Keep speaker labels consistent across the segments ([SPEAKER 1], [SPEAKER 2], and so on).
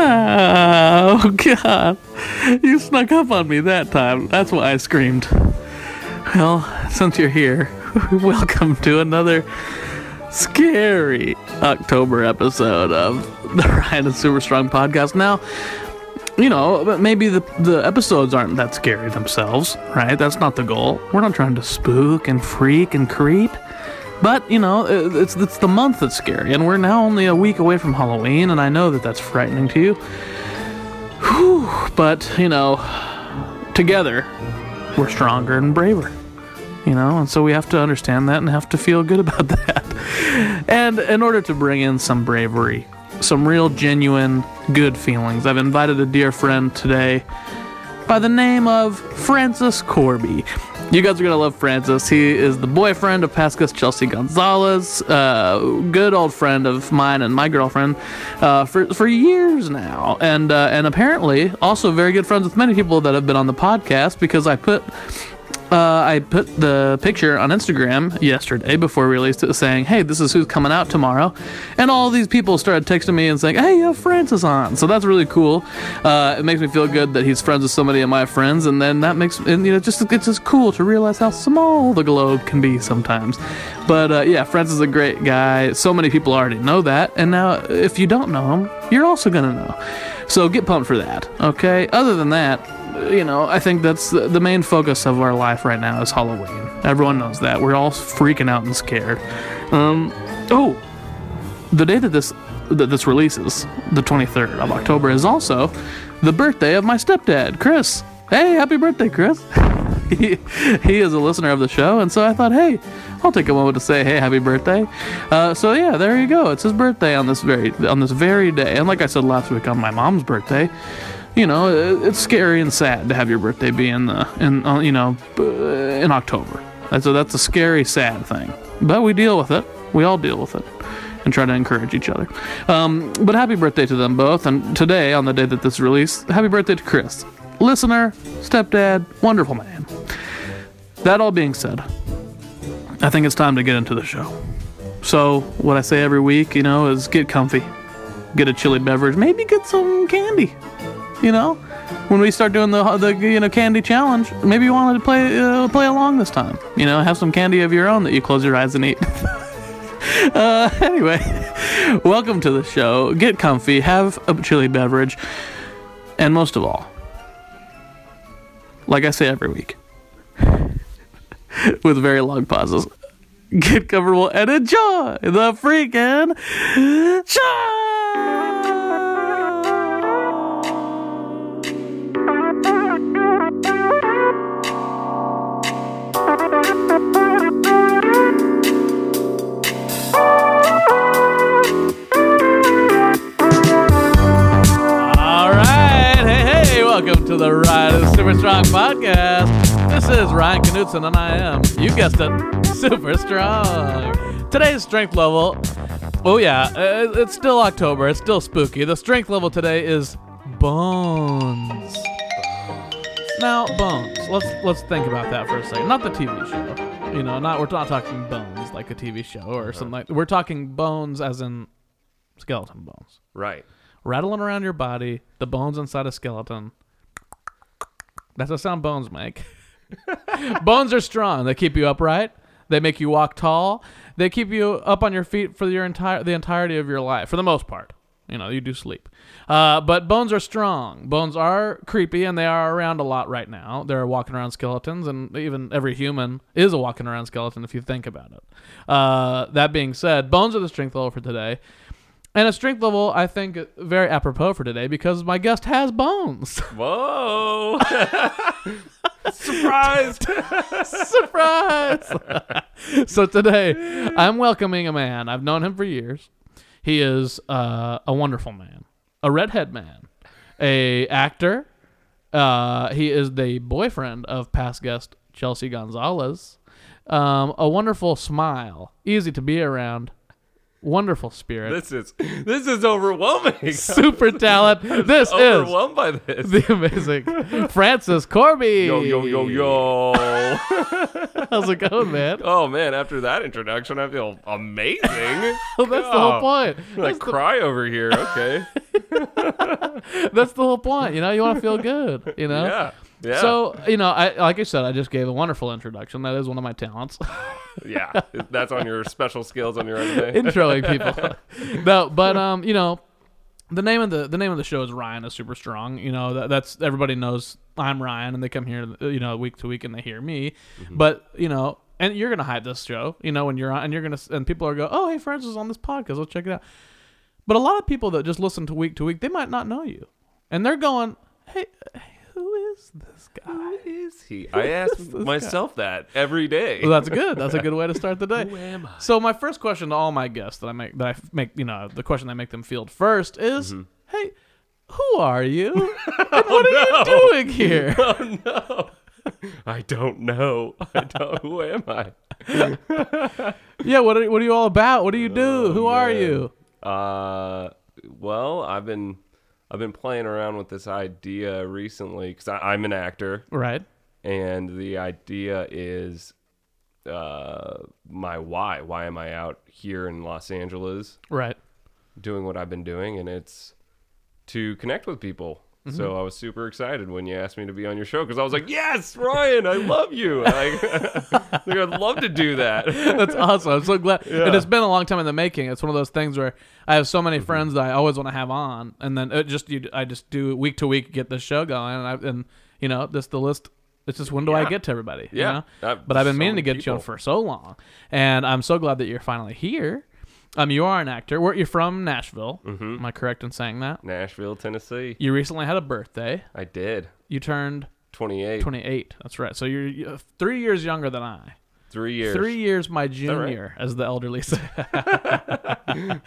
[SPEAKER 1] Oh God! You snuck up on me that time. That's why I screamed. Well, since you're here, welcome to another scary October episode of the Ryan and Super Strong podcast. Now, you know, but maybe the the episodes aren't that scary themselves, right? That's not the goal. We're not trying to spook and freak and creep. But you know, it- it's it's the month that's scary, and we're now only a week away from Halloween, and I know that that's frightening to you. Whew, but you know, together, we're stronger and braver. You know, and so we have to understand that and have to feel good about that. And in order to bring in some bravery, some real genuine good feelings, I've invited a dear friend today by the name of Francis Corby. You guys are gonna love Francis. He is the boyfriend of Pascas Chelsea Gonzalez, uh, good old friend of mine and my girlfriend uh, for for years now, and uh, and apparently also very good friends with many people that have been on the podcast because I put uh, I put the picture on Instagram yesterday before we released it saying, hey, this is who's coming out tomorrow. And all these people started texting me and saying, hey, you have Francis on. So that's really cool. Uh, it makes me feel good that he's friends with so many of my friends. And then that makes, and you know, just it's just cool to realize how small the globe can be sometimes. But uh, yeah, Francis is a great guy. So many people already know that. And now if you don't know him, you're also going to know. So get pumped for that. Okay. Other than that, you know, I think that's the, the main focus of our life right now is Halloween. Everyone knows that. We're all freaking out and scared. Um, oh, the day that this that this releases, the 23rd of October, is also the birthday of my stepdad, Chris. Hey, happy birthday, Chris. He, he is a listener of the show, and so I thought, hey, I'll take a moment to say, hey, happy birthday. Uh, so yeah, there you go. It's his birthday on this very on this very day, and like I said last week on my mom's birthday, you know, it- it's scary and sad to have your birthday be in the in uh, you know b- uh, in October. And so that's a scary, sad thing. But we deal with it. We all deal with it, and try to encourage each other. Um, but happy birthday to them both. And today, on the day that this released, happy birthday to Chris, listener, stepdad, wonderful man. That all being said, I think it's time to get into the show. So what I say every week, you know, is get comfy, get a chilly beverage, maybe get some candy you know when we start doing the, the you know candy challenge maybe you wanted to play uh, play along this time you know have some candy of your own that you close your eyes and eat uh, anyway welcome to the show get comfy have a chilly beverage and most of all like i say every week with very long pauses get comfortable and enjoy the freaking show All right. Hey, hey, welcome to the Ride of the Super Strong podcast. This is Ryan Knutson, and I am, you guessed it, super strong. Today's strength level, oh, yeah, uh, it's still October, it's still spooky. The strength level today is bones. Now, bones. Let's let's think about that for a second. Not the TV show, you know. Not we're not talking bones like a TV show or something like. We're talking bones as in skeleton bones
[SPEAKER 2] Right.
[SPEAKER 1] rattling around your body, the bones inside a skeleton. That's the sound bones make. bones are strong. They keep you upright. They make you walk tall. They keep you up on your feet for your entire the entirety of your life, for the most part. You know, you do sleep. Uh, but bones are strong. Bones are creepy, and they are around a lot right now. They're walking around skeletons, and even every human is a walking around skeleton if you think about it. Uh, that being said, bones are the strength level for today. And a strength level, I think, very apropos for today because my guest has bones.
[SPEAKER 2] Whoa. Surprised.
[SPEAKER 1] Surprise! so today, I'm welcoming a man. I've known him for years. He is uh, a wonderful man, a redhead man, a actor. Uh, he is the boyfriend of past guest Chelsea Gonzalez. Um, a wonderful smile, easy to be around, wonderful spirit,
[SPEAKER 2] This is this is overwhelming.
[SPEAKER 1] super talent. This is
[SPEAKER 2] overwhelmed by this.
[SPEAKER 1] the amazing Francis Corby.
[SPEAKER 2] Yo yo yo yo.
[SPEAKER 1] How's it going, man?
[SPEAKER 2] oh man, after that introduction, I feel amazing.
[SPEAKER 1] Well, Oh, that's the whole
[SPEAKER 2] God.
[SPEAKER 1] point.
[SPEAKER 2] I
[SPEAKER 1] That's the,
[SPEAKER 2] cry over here. Okay.
[SPEAKER 1] that's the whole point. You know, you want to feel good. You know.
[SPEAKER 2] Yeah. Yeah.
[SPEAKER 1] So you know, I like I said, I just gave a wonderful introduction. That is one of my talents,
[SPEAKER 2] yeah, that's on your special skills on your resume.
[SPEAKER 1] introing people. no, but um, you know, the name of the the name of the show is Ryan is super strong. You know, that, that's everybody knows I'm Ryan, and they come here, you know, week to week, and they hear me. But you know, and you're gonna hype this show, you know, when you're on, and you're gonna, and people are go, oh, hey, Francis is on this podcast, let's check it out. But a lot of people that just listen to week to week, they might not know you, and they're going, hey, who is this guy?
[SPEAKER 2] is he? I ask myself that every day.
[SPEAKER 1] Well, that's good. That's a good way to start the day.
[SPEAKER 2] Who am I?
[SPEAKER 1] So my first question to all my guests that I make that I f- make you know the question I make them field first is,
[SPEAKER 2] Mm-hmm.
[SPEAKER 1] hey, who are you? And what are you doing here?
[SPEAKER 2] Oh no. I don't know. I don't. Who am I?
[SPEAKER 1] yeah, what are, what are you all about? What do you do? who are
[SPEAKER 2] Oh, man.
[SPEAKER 1] you?
[SPEAKER 2] Uh, well, I've been I've been playing around with this idea recently because I'm an actor,
[SPEAKER 1] Right.
[SPEAKER 2] and the idea is uh my why why am i out here in los angeles
[SPEAKER 1] Right.
[SPEAKER 2] doing what i've been doing and it's to connect with people so i was super excited when you asked me to be on your show because i was like yes ryan i love you like, like, i'd love to do that
[SPEAKER 1] That's awesome. I'm so glad. And it's been a long time in the making. It's one of those things where I have so many
[SPEAKER 2] Mm-hmm.
[SPEAKER 1] friends that I always want to have on, and then it just you, I just do week to week get this show going, and I and you know this the list. It's just when do I
[SPEAKER 2] Yeah.
[SPEAKER 1] get to everybody? you
[SPEAKER 2] Yeah.
[SPEAKER 1] know?
[SPEAKER 2] That-
[SPEAKER 1] but I've been
[SPEAKER 2] so
[SPEAKER 1] meaning to
[SPEAKER 2] many
[SPEAKER 1] get you on
[SPEAKER 2] people.
[SPEAKER 1] for so long, and I'm so glad that you're finally here. Um, you are an actor. Where you're from Nashville?
[SPEAKER 2] Mm-hmm.
[SPEAKER 1] Am I correct in saying that?
[SPEAKER 2] nashville tennessee
[SPEAKER 1] You recently had a birthday.
[SPEAKER 2] i did
[SPEAKER 1] You turned
[SPEAKER 2] 28
[SPEAKER 1] 28. That's right. So you're, you're uh, three years younger than I.
[SPEAKER 2] three years
[SPEAKER 1] Three years my
[SPEAKER 2] that right?
[SPEAKER 1] junior, as the elderly say.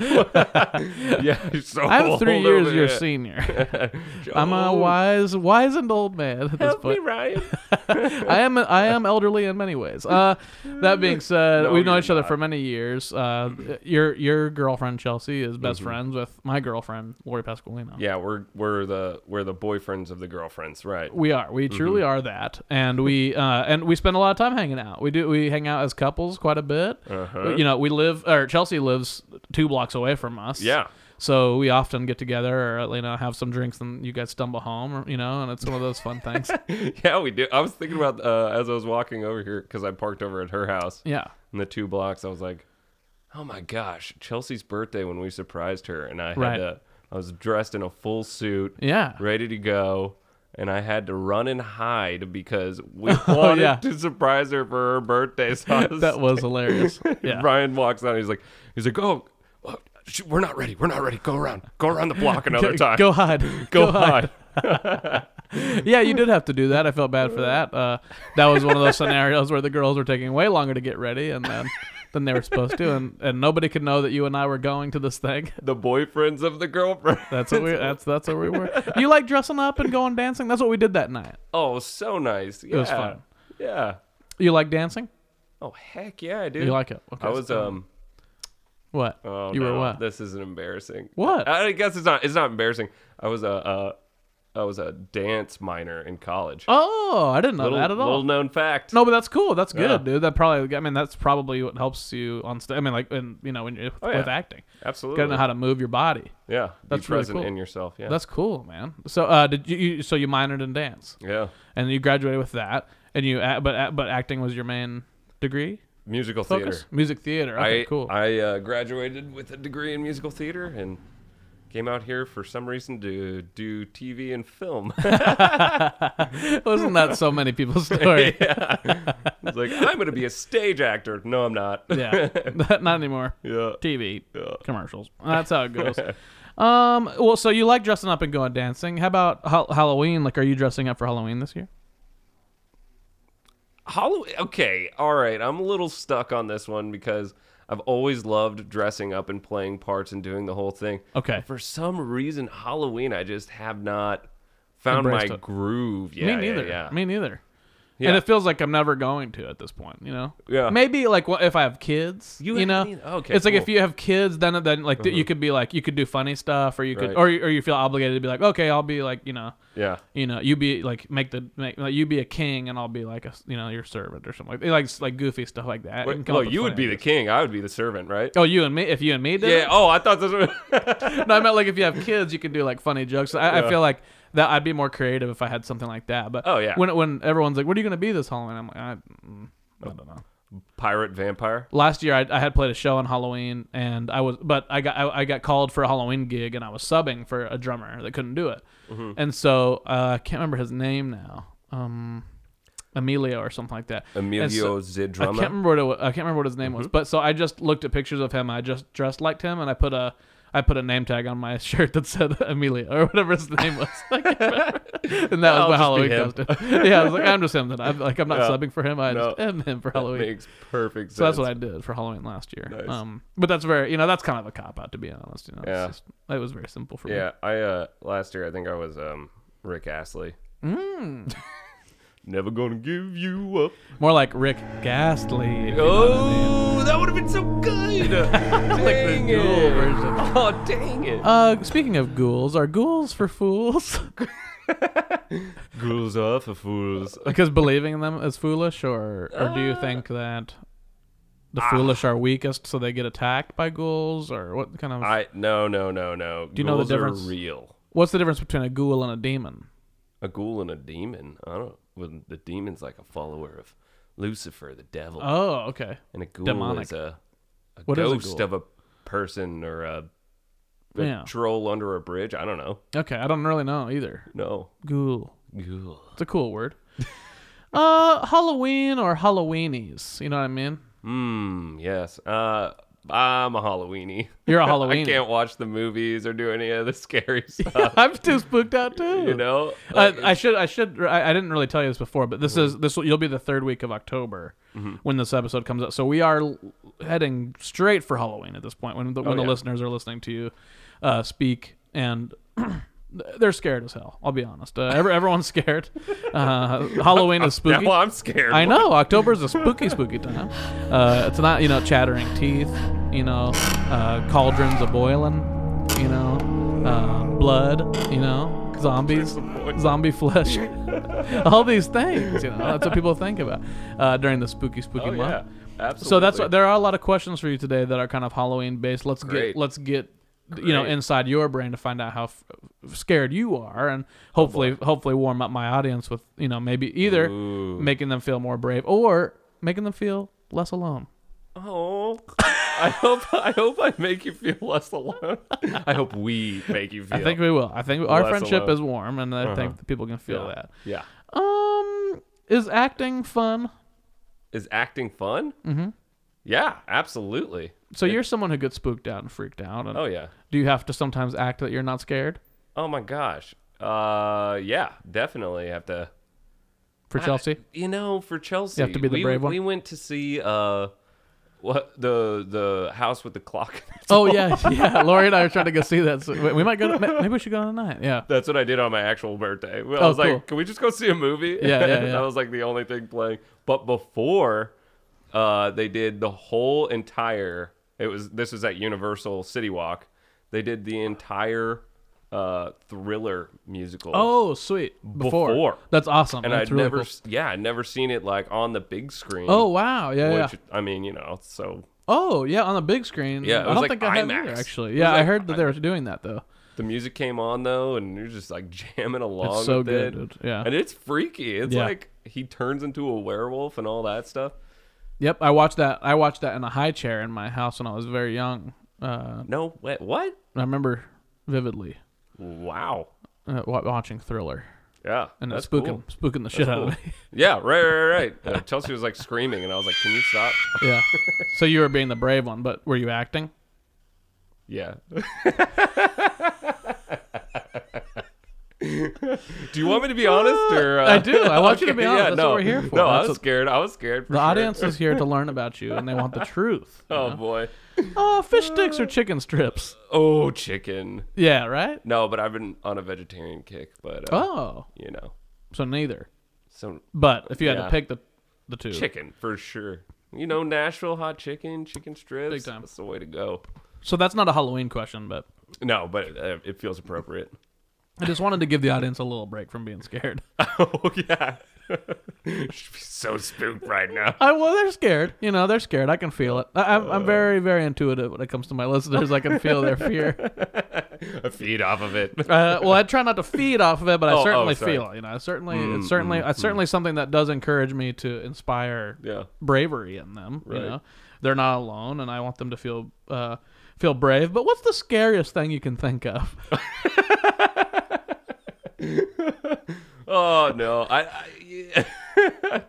[SPEAKER 2] yeah you're so
[SPEAKER 1] I'm three
[SPEAKER 2] old
[SPEAKER 1] years
[SPEAKER 2] over
[SPEAKER 1] your
[SPEAKER 2] here.
[SPEAKER 1] senior. I'm a wise, wizened old man at this
[SPEAKER 2] Help me,
[SPEAKER 1] point.
[SPEAKER 2] Ryan.
[SPEAKER 1] I am, I am elderly in many ways. Uh, that being said,
[SPEAKER 2] No,
[SPEAKER 1] we've known
[SPEAKER 2] you're
[SPEAKER 1] each other
[SPEAKER 2] not. Mm-hmm.
[SPEAKER 1] for many years. Uh, your your girlfriend Chelsea is best friends with my girlfriend Lori Pasqualino.
[SPEAKER 2] yeah, we're we're the we're the boyfriends of the girlfriends, right?
[SPEAKER 1] We are. We
[SPEAKER 2] Mm-hmm.
[SPEAKER 1] truly are that, and we uh, and we spend a lot of time hanging out. We do. We hang out as couples quite a bit.
[SPEAKER 2] Uh-huh.
[SPEAKER 1] You know, we live or Chelsea lives two blocks away from us.
[SPEAKER 2] Yeah.
[SPEAKER 1] So we often get together, or you know, have some drinks, and you guys stumble home, or, you know, and it's one of those fun things.
[SPEAKER 2] Yeah, we do. I was thinking about uh, as I was walking over here because I parked over at her house
[SPEAKER 1] Yeah.
[SPEAKER 2] in the two blocks. I was like, "Oh my gosh, Chelsea's birthday when we surprised her," and I had
[SPEAKER 1] Right.
[SPEAKER 2] to. I was dressed in a full suit,
[SPEAKER 1] Yeah.
[SPEAKER 2] ready to go, and I had to run and hide because we wanted
[SPEAKER 1] Oh, yeah.
[SPEAKER 2] to surprise her for her birthday. So I was,
[SPEAKER 1] That was hilarious. Yeah.
[SPEAKER 2] Ryan walks out. He's like, he's like, "Oh, oh, sh- we're not ready. We're not ready. Go around. Go around the block another
[SPEAKER 1] Go-
[SPEAKER 2] time.
[SPEAKER 1] Go hide.
[SPEAKER 2] Go hide."
[SPEAKER 1] yeah, you did have to do that. I felt bad for that. Uh, that was one of those scenarios where the girls were taking way longer to get ready and then than they were supposed to, and, and nobody could know that you and I were going to this thing.
[SPEAKER 2] The boyfriends of the girlfriend.
[SPEAKER 1] That's what we. That's that's what we were. Do you like dressing up and going dancing? That's what we did that night.
[SPEAKER 2] Oh, so nice. Yeah.
[SPEAKER 1] was fun.
[SPEAKER 2] Yeah.
[SPEAKER 1] You like dancing?
[SPEAKER 2] Oh heck yeah, I do.
[SPEAKER 1] You like it? Okay.
[SPEAKER 2] I was um.
[SPEAKER 1] what?
[SPEAKER 2] Oh,
[SPEAKER 1] you
[SPEAKER 2] no,
[SPEAKER 1] were what?
[SPEAKER 2] This isn't embarrassing.
[SPEAKER 1] What?
[SPEAKER 2] I, I guess it's not. It's not embarrassing. I was a. Uh, I was a dance minor in college.
[SPEAKER 1] oh, I didn't know
[SPEAKER 2] little,
[SPEAKER 1] that at all.
[SPEAKER 2] Little known fact.
[SPEAKER 1] No, but that's cool. That's good,
[SPEAKER 2] Yeah.
[SPEAKER 1] dude. That probably. I mean, that's probably what helps you on stage. I mean, like, and you know, when you're
[SPEAKER 2] Oh, yeah.
[SPEAKER 1] with acting, you
[SPEAKER 2] Absolutely.
[SPEAKER 1] gotta know how to move your body.
[SPEAKER 2] yeah.
[SPEAKER 1] That's
[SPEAKER 2] Be
[SPEAKER 1] really
[SPEAKER 2] present
[SPEAKER 1] cool.
[SPEAKER 2] in yourself. Yeah.
[SPEAKER 1] That's cool, man. So, uh, did you, you? So you minored in dance,
[SPEAKER 2] yeah.
[SPEAKER 1] and you graduated with that, and you. a- But a- but acting was your main degree
[SPEAKER 2] Musical
[SPEAKER 1] focus.
[SPEAKER 2] theater.
[SPEAKER 1] Music theater. Okay,
[SPEAKER 2] I
[SPEAKER 1] cool.
[SPEAKER 2] I uh, graduated with a degree in musical theater and came out here for some reason to do TV and film.
[SPEAKER 1] Wasn't that so many people's story?
[SPEAKER 2] It's like I'm going to be a stage actor. No, I'm not.
[SPEAKER 1] yeah, not anymore.
[SPEAKER 2] yeah.
[SPEAKER 1] TV commercials. That's how it goes. um. Well, so you like dressing up and going dancing. How about ha- Halloween? Like, are you dressing up for Halloween this year?
[SPEAKER 2] Halloween. Okay, all right. I'm a little stuck on this one because I've always loved dressing up and playing parts and doing the whole thing.
[SPEAKER 1] Okay.
[SPEAKER 2] For some reason, Halloween, I just have not found
[SPEAKER 1] Embraced
[SPEAKER 2] my
[SPEAKER 1] it.
[SPEAKER 2] groove. Yeah,
[SPEAKER 1] Me
[SPEAKER 2] yeah,
[SPEAKER 1] neither.
[SPEAKER 2] Yeah,
[SPEAKER 1] Me neither.
[SPEAKER 2] Yeah.
[SPEAKER 1] And it feels like I'm never going to at this point, you know.
[SPEAKER 2] Yeah.
[SPEAKER 1] Maybe like wha- if I have kids,
[SPEAKER 2] You
[SPEAKER 1] you, know.
[SPEAKER 2] haven't either. Okay,
[SPEAKER 1] It's like if
[SPEAKER 2] cool. Uh-huh.
[SPEAKER 1] you have kids, then then like th- you could be like you could do funny stuff, or you could
[SPEAKER 2] Right.
[SPEAKER 1] or you- or you feel obligated to be like okay, I'll be like you know.
[SPEAKER 2] Yeah.
[SPEAKER 1] You know, you be like make the make like, you be a king, and I'll be like a s- you know your servant or something like like s- like goofy stuff like that.
[SPEAKER 2] Wait,
[SPEAKER 1] and come
[SPEAKER 2] well,
[SPEAKER 1] up with
[SPEAKER 2] you would
[SPEAKER 1] funny
[SPEAKER 2] be the
[SPEAKER 1] ideas.
[SPEAKER 2] king. I would be the servant, right?
[SPEAKER 1] oh you and me if you and me did
[SPEAKER 2] Yeah.
[SPEAKER 1] it?
[SPEAKER 2] Oh, I thought this was.
[SPEAKER 1] no, I meant like if you have kids, you can do like funny jokes. I, I feel like that I'd be more creative if I had something like that. But
[SPEAKER 2] Oh, yeah.
[SPEAKER 1] when when everyone's like, "What are you gonna be this Halloween?" I'm like, I, mm, I don't know.
[SPEAKER 2] pirate vampire.
[SPEAKER 1] Last year, I, I had played a show on Halloween, and I was but I got I, I got called for a Halloween gig, and I was subbing for a drummer that couldn't do it,
[SPEAKER 2] Mm-hmm.
[SPEAKER 1] and so uh, I can't remember his name now. Um, Emilio or something like that. And
[SPEAKER 2] Emilio
[SPEAKER 1] I can't
[SPEAKER 2] Zidrummer.
[SPEAKER 1] remember what it wa- I can't remember what his name
[SPEAKER 2] Mm-hmm.
[SPEAKER 1] was, but so I just looked at pictures of him. I just dressed like him, and I put a I put a name tag on my shirt that said Amelia or whatever his name was. I can't remember. and that
[SPEAKER 2] I'll
[SPEAKER 1] was my Halloween
[SPEAKER 2] just be
[SPEAKER 1] costume. yeah, I was like, I'm just him. Then I'm like, I'm not
[SPEAKER 2] Yeah.
[SPEAKER 1] subbing for him. I just
[SPEAKER 2] No.
[SPEAKER 1] am him for Halloween.
[SPEAKER 2] Makes perfect sense.
[SPEAKER 1] so that's what I did for Halloween last year.
[SPEAKER 2] Nice.
[SPEAKER 1] Um, but that's very you know that's kind of a cop out to be honest. You know,
[SPEAKER 2] Yeah.
[SPEAKER 1] it's just, it was very simple for
[SPEAKER 2] Yeah, I uh last year I think I was um Rick Astley.
[SPEAKER 1] Mm.
[SPEAKER 2] Never gonna give you up.
[SPEAKER 1] me. More like Rick Ghastly. if you know what I mean.
[SPEAKER 2] Oh, that would have been so good. dang
[SPEAKER 1] dual
[SPEAKER 2] it.
[SPEAKER 1] version.
[SPEAKER 2] Oh, dang it.
[SPEAKER 1] Uh, speaking of ghouls, are ghouls for fools?
[SPEAKER 2] Ghouls are for fools.
[SPEAKER 1] Because believing in them is foolish, or or do
[SPEAKER 2] Uh,
[SPEAKER 1] you think that the
[SPEAKER 2] ah.
[SPEAKER 1] foolish are weakest, so they get attacked by ghouls, or what kind of?
[SPEAKER 2] I no no no no. Do
[SPEAKER 1] you know the
[SPEAKER 2] Are
[SPEAKER 1] difference?
[SPEAKER 2] real.
[SPEAKER 1] what's the difference between a ghoul and a demon?
[SPEAKER 2] A ghoul and a demon. I don't. Well, the demon's like a follower of Lucifer, the devil,
[SPEAKER 1] Oh, okay.
[SPEAKER 2] and a ghoul
[SPEAKER 1] demonic.
[SPEAKER 2] is a, a
[SPEAKER 1] What is a
[SPEAKER 2] ghost
[SPEAKER 1] ghoul?
[SPEAKER 2] of a person or a, a
[SPEAKER 1] Yeah.
[SPEAKER 2] troll under a bridge. I don't know.
[SPEAKER 1] Okay, I don't really know either.
[SPEAKER 2] No.
[SPEAKER 1] Ghoul.
[SPEAKER 2] Ghoul.
[SPEAKER 1] It's a cool word. uh, Halloween or Halloweenies. You know what I mean?
[SPEAKER 2] Hmm. Yes. Uh, I'm a Halloweeny.
[SPEAKER 1] You're a
[SPEAKER 2] I
[SPEAKER 1] Halloweenie.
[SPEAKER 2] can't watch the movies or do any of the scary stuff.
[SPEAKER 1] I'm too spooked out too.
[SPEAKER 2] Uh, You know.
[SPEAKER 1] Uh,
[SPEAKER 2] Like,
[SPEAKER 1] I should, I should, I, I didn't really tell you this before, but this is this. will- You'll be the third week of October
[SPEAKER 2] Mm-hmm.
[SPEAKER 1] when this episode comes out, so we are l- heading straight for Halloween at this point. When the, when the
[SPEAKER 2] Oh, yeah.
[SPEAKER 1] listeners are listening to you uh, speak, and they're scared as hell. I'll be honest. Uh, every, everyone's scared. Uh, Halloween is
[SPEAKER 2] now
[SPEAKER 1] spooky.
[SPEAKER 2] I'm scared.
[SPEAKER 1] I know October's a spooky, spooky time. Uh, it's not you know chattering teeth, you know, uh, cauldrons a boiling, you know, uh, blood, you know, zombies,
[SPEAKER 2] a-boiling.
[SPEAKER 1] zombie flesh, all these things. You know, that's what people think about uh, during the spooky, spooky
[SPEAKER 2] Oh,
[SPEAKER 1] month.
[SPEAKER 2] yeah. Absolutely.
[SPEAKER 1] So that's what there are a lot of questions for you today that are kind of Halloween based. Let's
[SPEAKER 2] Great.
[SPEAKER 1] get let's get you know
[SPEAKER 2] Great.
[SPEAKER 1] inside your brain to find out how f- scared you are, and
[SPEAKER 2] Oh,
[SPEAKER 1] hopefully hopefully warm up my audience with you know maybe either
[SPEAKER 2] Ooh.
[SPEAKER 1] making them feel more brave or making them feel less alone.
[SPEAKER 2] Oh, I hope I hope I make you feel less alone. I hope we make you feel.
[SPEAKER 1] I think we will. I think our
[SPEAKER 2] Less
[SPEAKER 1] friendship
[SPEAKER 2] alone. Uh-huh.
[SPEAKER 1] is warm, and I think that people can feel
[SPEAKER 2] yeah.
[SPEAKER 1] that.
[SPEAKER 2] yeah.
[SPEAKER 1] Um, is acting fun?
[SPEAKER 2] Is acting fun? Mm-hmm. Yeah, absolutely.
[SPEAKER 1] So you're someone who gets spooked out and freaked out, and
[SPEAKER 2] Oh yeah.
[SPEAKER 1] do you have to sometimes act that you're not scared
[SPEAKER 2] Oh my gosh. Uh, yeah, definitely have to.
[SPEAKER 1] for Chelsea?
[SPEAKER 2] You know, for Chelsea,
[SPEAKER 1] You have to be the
[SPEAKER 2] we,
[SPEAKER 1] brave one.
[SPEAKER 2] We went to see uh, what the the house with the clock.
[SPEAKER 1] Oh yeah, yeah. Lori and I are trying to go see that. So we we might go. To, maybe we should go tonight. Yeah.
[SPEAKER 2] That's what I did on my actual birthday. Well, I
[SPEAKER 1] Oh,
[SPEAKER 2] was
[SPEAKER 1] cool.
[SPEAKER 2] like, can we just go see a movie?
[SPEAKER 1] Yeah, yeah, yeah.
[SPEAKER 2] that was like the only thing playing. But before, uh, they did the whole entire. It was this was at Universal City Walk. They did the entire uh, Thriller musical.
[SPEAKER 1] Oh sweet. Before.
[SPEAKER 2] Before.
[SPEAKER 1] That's awesome.
[SPEAKER 2] and
[SPEAKER 1] That's
[SPEAKER 2] I'd
[SPEAKER 1] really
[SPEAKER 2] never,
[SPEAKER 1] cool.
[SPEAKER 2] s yeah, I'd never seen it like on the big screen.
[SPEAKER 1] Oh wow. Yeah. yeah.
[SPEAKER 2] which I mean, you know, so
[SPEAKER 1] Oh yeah, on the big screen.
[SPEAKER 2] Yeah, it
[SPEAKER 1] I
[SPEAKER 2] was
[SPEAKER 1] don't
[SPEAKER 2] like
[SPEAKER 1] think I have
[SPEAKER 2] IMAX.
[SPEAKER 1] either,
[SPEAKER 2] It
[SPEAKER 1] actually.
[SPEAKER 2] was
[SPEAKER 1] Yeah, I
[SPEAKER 2] like
[SPEAKER 1] heard that they were doing that though.
[SPEAKER 2] the music came on though, and you're just like jamming along.
[SPEAKER 1] so
[SPEAKER 2] with
[SPEAKER 1] good,
[SPEAKER 2] it.
[SPEAKER 1] dude. Yeah.
[SPEAKER 2] and it's freaky. It's
[SPEAKER 1] Yeah.
[SPEAKER 2] like he turns into a werewolf and all that stuff.
[SPEAKER 1] Yep, I watched that. I watched that in a high chair in my house when I was very young. Uh,
[SPEAKER 2] No, wait, what?
[SPEAKER 1] I remember vividly
[SPEAKER 2] Wow.
[SPEAKER 1] uh, wa- watching Thriller
[SPEAKER 2] Yeah.
[SPEAKER 1] and it
[SPEAKER 2] that's
[SPEAKER 1] spooking
[SPEAKER 2] cool.
[SPEAKER 1] spooking the shit out
[SPEAKER 2] cool.
[SPEAKER 1] of me.
[SPEAKER 2] Yeah, right, right, right. right. Uh, Chelsea was like screaming, and I was like, "Can you stop?"
[SPEAKER 1] yeah. So you were being the brave one, but were you acting?
[SPEAKER 2] Yeah. Do you want me to be honest, or uh,
[SPEAKER 1] I do. I want you to be honest.
[SPEAKER 2] Yeah,
[SPEAKER 1] That's
[SPEAKER 2] no,
[SPEAKER 1] what we're here for.
[SPEAKER 2] No, I
[SPEAKER 1] That's
[SPEAKER 2] was
[SPEAKER 1] what-
[SPEAKER 2] scared. I was scared. For
[SPEAKER 1] The
[SPEAKER 2] sure.
[SPEAKER 1] audience is here to learn about you, and they want the truth.
[SPEAKER 2] Oh boy.
[SPEAKER 1] Oh, fish sticks or chicken strips?
[SPEAKER 2] Oh, chicken.
[SPEAKER 1] Yeah, right.
[SPEAKER 2] No, but I've been on a vegetarian kick, but uh,
[SPEAKER 1] Oh,
[SPEAKER 2] you know,
[SPEAKER 1] so neither.
[SPEAKER 2] So
[SPEAKER 1] But if you had
[SPEAKER 2] Yeah.
[SPEAKER 1] to pick the the two,
[SPEAKER 2] chicken for sure. You know Nashville hot chicken, chicken strips.
[SPEAKER 1] Big time.
[SPEAKER 2] That's the way to go.
[SPEAKER 1] so that's not a Halloween question, but
[SPEAKER 2] No, but uh, it feels appropriate.
[SPEAKER 1] I just wanted to give the audience a little break from being scared.
[SPEAKER 2] oh yeah. Should be so spooked right now.
[SPEAKER 1] I well, they're scared. You know, they're scared. I can feel it. I, I'm, I'm very, very intuitive when it comes to my listeners. I can feel their fear.
[SPEAKER 2] I feed off of it.
[SPEAKER 1] Uh, well, I try not to feed off of it, but I
[SPEAKER 2] Oh, oh,
[SPEAKER 1] certainly
[SPEAKER 2] sorry. Mm,
[SPEAKER 1] feel. You know, I certainly, it's certainly, it's certainly something that does encourage me to inspire
[SPEAKER 2] Yeah.
[SPEAKER 1] bravery in them.
[SPEAKER 2] Right.
[SPEAKER 1] You know, they're not alone, and I want them to feel uh, feel brave. But what's the scariest thing you can think of?
[SPEAKER 2] Oh no, I. I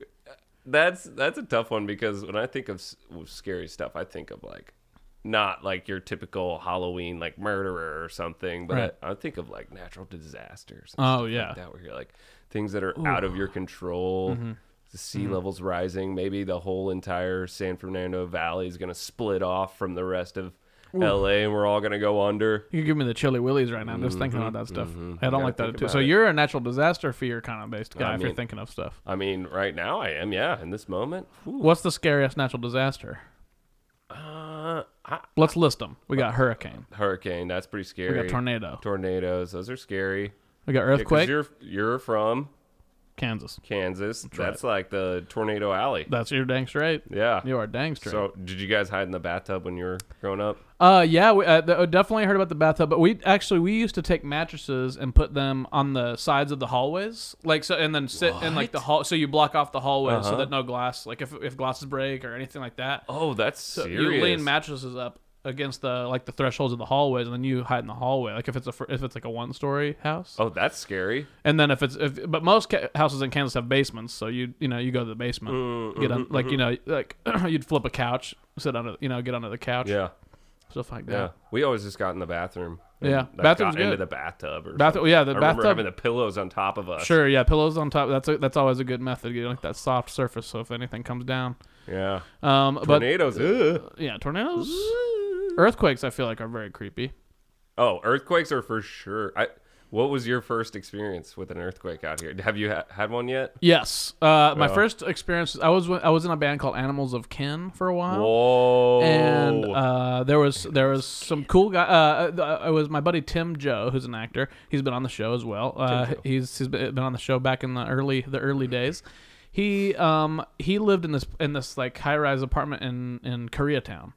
[SPEAKER 2] that's that's a tough one because when I think of s- scary stuff, I think of like not like your typical Halloween like murderer or something, but
[SPEAKER 1] Right.
[SPEAKER 2] I, I think of like natural disasters.
[SPEAKER 1] Oh,
[SPEAKER 2] stuff like
[SPEAKER 1] yeah.
[SPEAKER 2] that where you're like things that are out of your control.
[SPEAKER 1] Mm-hmm.
[SPEAKER 2] The sea levels rising. Maybe the whole entire San Fernando Valley is gonna split off from the rest of LA, and we're all gonna go under.
[SPEAKER 1] You give me the chilly willies right now. I'm just thinking about that stuff. I don't
[SPEAKER 2] Mm-hmm. Gotta
[SPEAKER 1] like that
[SPEAKER 2] think
[SPEAKER 1] too.
[SPEAKER 2] about
[SPEAKER 1] So
[SPEAKER 2] it.
[SPEAKER 1] you're a natural disaster fear kind of based guy
[SPEAKER 2] I
[SPEAKER 1] if you're
[SPEAKER 2] mean-
[SPEAKER 1] thinking of stuff.
[SPEAKER 2] I mean, right now I am, yeah. In this moment, Whew.
[SPEAKER 1] What's the scariest natural disaster?
[SPEAKER 2] Uh, I,
[SPEAKER 1] Let's list them. We got hurricane.
[SPEAKER 2] hurricane. That's pretty
[SPEAKER 1] We
[SPEAKER 2] scary.
[SPEAKER 1] got tornado.
[SPEAKER 2] Tornadoes. Those are scary.
[SPEAKER 1] We got
[SPEAKER 2] Yeah, 'cause
[SPEAKER 1] earthquake.
[SPEAKER 2] you're you're from
[SPEAKER 1] Kansas.
[SPEAKER 2] Kansas. That's, like the tornado alley.
[SPEAKER 1] That's your dang straight.
[SPEAKER 2] yeah.
[SPEAKER 1] You are dang straight.
[SPEAKER 2] So did you guys hide in the bathtub when you were growing up?
[SPEAKER 1] Uh, yeah, we uh, th- uh, definitely heard about the bathtub, but we actually we used to take mattresses and put them on the sides of the hallways, like so, and then sit in like the hall, so you block off the hallways
[SPEAKER 2] Uh-huh.
[SPEAKER 1] so that no glass, like if if glasses break or anything like that,
[SPEAKER 2] Oh, that's
[SPEAKER 1] so
[SPEAKER 2] serious.
[SPEAKER 1] you lean mattresses up against the like the thresholds of the hallways, and then you hide in the hallway, like if it's a fir- if it's like a one story house,
[SPEAKER 2] oh, that's scary.
[SPEAKER 1] and then if it's if but most ca- houses in Kansas have basements, so you you know you go to the basement,
[SPEAKER 2] Mm-hmm,
[SPEAKER 1] get on like you know like you'd flip a couch, sit under you know get under the couch,
[SPEAKER 2] Yeah.
[SPEAKER 1] stuff like that.
[SPEAKER 2] Yeah. We always just got in the bathroom. and,
[SPEAKER 1] Yeah,
[SPEAKER 2] like,
[SPEAKER 1] bathroom's
[SPEAKER 2] got into
[SPEAKER 1] good.
[SPEAKER 2] the bathtub or
[SPEAKER 1] Bath-
[SPEAKER 2] something.
[SPEAKER 1] yeah, the
[SPEAKER 2] I remember
[SPEAKER 1] bathtub-
[SPEAKER 2] having the pillows on top of us.
[SPEAKER 1] Sure, yeah, pillows on top. That's a, that's always a good method. You like that soft surface, so if anything comes down.
[SPEAKER 2] Yeah.
[SPEAKER 1] Um, but uh,
[SPEAKER 2] Tornadoes. ugh.
[SPEAKER 1] yeah, tornadoes, earthquakes. I feel like are very creepy.
[SPEAKER 2] Oh, earthquakes are for sure. I. What was your first experience with an earthquake out here? Have you ha- had one yet?
[SPEAKER 1] Yes, uh, my
[SPEAKER 2] Yeah.
[SPEAKER 1] first experience. I was I was in a band called Animals of Kin for a while.
[SPEAKER 2] Whoa.
[SPEAKER 1] and
[SPEAKER 2] Oh.
[SPEAKER 1] uh, there was there was some cool guy. Uh, uh, it was my buddy Tim Joe, who's an actor. He's been on the show as well. Uh, he's he's been on the show back in the early the early days. He um he lived in this in this like high rise apartment in in Koreatown,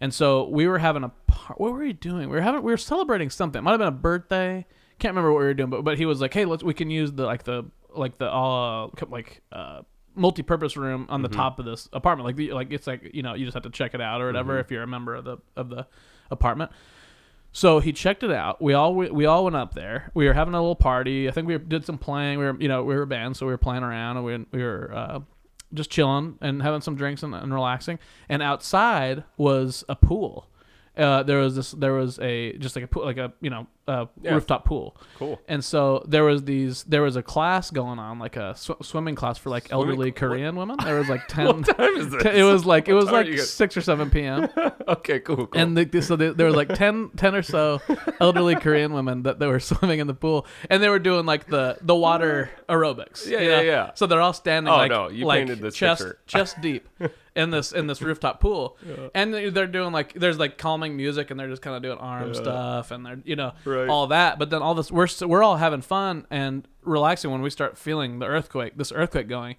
[SPEAKER 1] and so we were having a par- what were we doing? We were having we were celebrating something. It might have been a birthday. Can't remember what we were doing, but but he was like, hey, let's we can use the like the like the uh like uh multi-purpose room on the
[SPEAKER 2] Mm-hmm.
[SPEAKER 1] top of this apartment like the, like it's like you know you just have to check it out or whatever
[SPEAKER 2] Mm-hmm.
[SPEAKER 1] if you're a member of the of the apartment so he checked it out we all we, all went up there we were having a little party i think we were- did some playing we were you know we were a band so we were playing around and we, we were uh, just chilling and having some drinks and, and relaxing and outside was a pool uh, there was this there was a just like a pool like a you know uh,
[SPEAKER 2] Yeah.
[SPEAKER 1] rooftop pool
[SPEAKER 2] Cool.
[SPEAKER 1] and so there was these there was a class going on like a sw- swimming class for like elderly korean women there was like 10
[SPEAKER 2] time is this?
[SPEAKER 1] it was like it was
[SPEAKER 2] time are
[SPEAKER 1] like
[SPEAKER 2] you guys-
[SPEAKER 1] 6 or 7 p.m
[SPEAKER 2] okay, cool, cool.
[SPEAKER 1] and the, so there, there was like 10, 10 or so elderly Korean women that they were swimming in the pool, and they were doing like the the water aerobics.
[SPEAKER 2] Yeah,
[SPEAKER 1] you
[SPEAKER 2] yeah,
[SPEAKER 1] know?
[SPEAKER 2] yeah.
[SPEAKER 1] So they're all standing.
[SPEAKER 2] Oh,
[SPEAKER 1] like,
[SPEAKER 2] no, you
[SPEAKER 1] like
[SPEAKER 2] painted this
[SPEAKER 1] chest
[SPEAKER 2] picture.
[SPEAKER 1] chest deep in this in this rooftop pool, and they- they're doing like there's like calming music, and they're just kind of doing arm stuff, and they're you know
[SPEAKER 2] Right.
[SPEAKER 1] all that. But then all this we're s- we're all having fun and relaxing when we start feeling the earthquake, this earthquake going.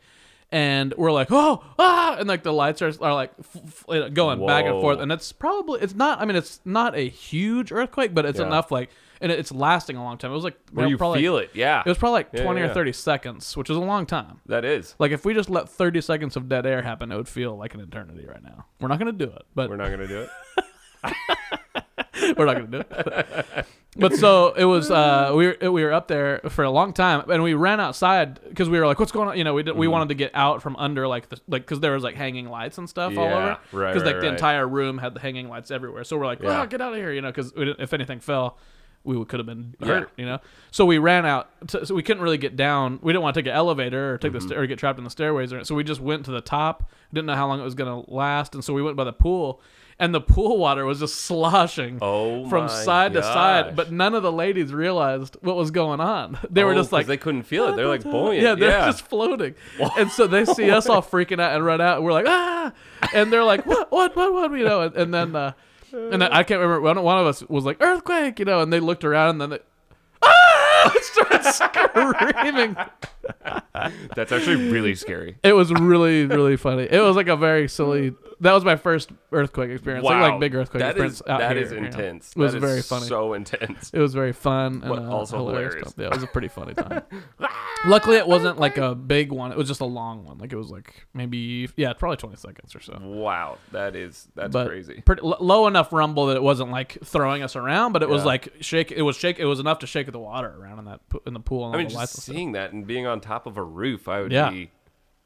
[SPEAKER 1] And we're like, oh, ah, and like the lights are, are like f- f- going back and
[SPEAKER 2] Whoa.
[SPEAKER 1] forth, and it's probably it's not. I mean, it's not a huge earthquake, but it's
[SPEAKER 2] Yeah.
[SPEAKER 1] enough. Like, and it's lasting a long time. It was like
[SPEAKER 2] Where
[SPEAKER 1] well,
[SPEAKER 2] you
[SPEAKER 1] probably-
[SPEAKER 2] feel it, yeah.
[SPEAKER 1] It was probably like
[SPEAKER 2] Yeah,
[SPEAKER 1] twenty
[SPEAKER 2] yeah.
[SPEAKER 1] or thirty seconds, which is a long time.
[SPEAKER 2] that is.
[SPEAKER 1] Like if we just let thirty seconds of dead air happen, it would feel like an eternity right now. We're not gonna do it, but
[SPEAKER 2] We're not gonna do it.
[SPEAKER 1] we're not gonna do it. But so it was. Uh, we were, we were up there for a long time, and we ran outside because we were like, "What's going on?" You know, we did,
[SPEAKER 2] Mm-hmm.
[SPEAKER 1] we wanted to get out from under like the like because there was like hanging lights and stuff all
[SPEAKER 2] Yeah,
[SPEAKER 1] over.
[SPEAKER 2] right,
[SPEAKER 1] Because like
[SPEAKER 2] right,
[SPEAKER 1] the
[SPEAKER 2] right.
[SPEAKER 1] entire room had the hanging lights everywhere, so we're like,
[SPEAKER 2] Yeah.
[SPEAKER 1] "Ah, get out of here!" You know, because if anything fell, we could have been
[SPEAKER 2] Yeah.
[SPEAKER 1] hurt. You know, so we ran out. To, so we couldn't really get down. We didn't want to take an elevator or take
[SPEAKER 2] Mm-hmm.
[SPEAKER 1] the stair or get trapped in the stairways. Or, so we just went to the top. Didn't know how long it was gonna last, and so we went by the pool. and the pool water was just sloshing
[SPEAKER 2] Oh
[SPEAKER 1] from
[SPEAKER 2] my
[SPEAKER 1] side to side.
[SPEAKER 2] gosh.
[SPEAKER 1] But none of the ladies realized what was going on. They were
[SPEAKER 2] Oh,
[SPEAKER 1] just
[SPEAKER 2] 'cause
[SPEAKER 1] like
[SPEAKER 2] they couldn't feel it. They're like buoyant.
[SPEAKER 1] yeah, they're just floating. And so they see us all freaking out and run out. And we're like, ah! And they're like, what, what, what, what? You know, and, and then, uh, and I can't remember. One, one of us was like, earthquake, you know, and they looked around and then they, ah! started screaming.
[SPEAKER 2] That's actually really scary.
[SPEAKER 1] It was really, really funny. It was like a very silly. That was my first earthquake experience. Like, like big earthquake
[SPEAKER 2] That
[SPEAKER 1] experience.
[SPEAKER 2] is
[SPEAKER 1] out
[SPEAKER 2] that
[SPEAKER 1] here,
[SPEAKER 2] is
[SPEAKER 1] you know.
[SPEAKER 2] intense.
[SPEAKER 1] It was
[SPEAKER 2] That is
[SPEAKER 1] very funny.
[SPEAKER 2] So intense.
[SPEAKER 1] It was very fun and
[SPEAKER 2] But
[SPEAKER 1] uh,
[SPEAKER 2] also
[SPEAKER 1] hilarious.
[SPEAKER 2] hilarious.
[SPEAKER 1] stuff. Yeah, it was a pretty funny time. Luckily, it wasn't like a big one. It was just a long one. Like it was like maybe yeah, probably twenty seconds or so.
[SPEAKER 2] Wow, that is that's
[SPEAKER 1] But
[SPEAKER 2] crazy.
[SPEAKER 1] pretty l- low enough rumble that it wasn't like throwing us around, but it was
[SPEAKER 2] Yeah.
[SPEAKER 1] like shake. It was shake. It was enough to shake the water around in that po- in the pool. And
[SPEAKER 2] I
[SPEAKER 1] all
[SPEAKER 2] mean,
[SPEAKER 1] the
[SPEAKER 2] just
[SPEAKER 1] lights and stuff.
[SPEAKER 2] seeing that and being on top of a roof, I would
[SPEAKER 1] Yeah.
[SPEAKER 2] be.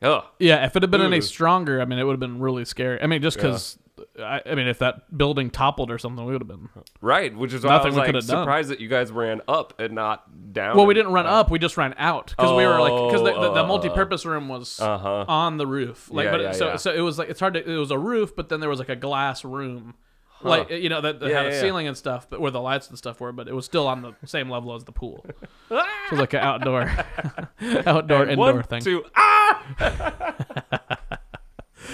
[SPEAKER 2] Oh,
[SPEAKER 1] Yeah, if it had been any
[SPEAKER 2] Ooh.
[SPEAKER 1] stronger, I mean, it would have been really scary. I mean, just because. I, I mean, if that building toppled or something, we would have been.
[SPEAKER 2] right. Which is why
[SPEAKER 1] Nothing
[SPEAKER 2] I was
[SPEAKER 1] we
[SPEAKER 2] like
[SPEAKER 1] could've done.
[SPEAKER 2] surprised that you guys ran up and not down.
[SPEAKER 1] Well, we didn't run up; we just ran out because we were like because the, the, the
[SPEAKER 2] Oh,
[SPEAKER 1] multi-purpose room was
[SPEAKER 2] Uh-huh.
[SPEAKER 1] on the roof. Like,
[SPEAKER 2] Yeah,
[SPEAKER 1] but
[SPEAKER 2] yeah,
[SPEAKER 1] so
[SPEAKER 2] yeah.
[SPEAKER 1] so it was like it's hard to it was a roof, but then there was like a glass room, like you know that, that
[SPEAKER 2] Yeah,
[SPEAKER 1] had a
[SPEAKER 2] yeah, yeah.
[SPEAKER 1] ceiling and stuff, but where the lights and stuff were, but it was still on the same level as the pool. so it was like an outdoor, outdoor indoor
[SPEAKER 2] One,
[SPEAKER 1] thing.
[SPEAKER 2] two. Ah!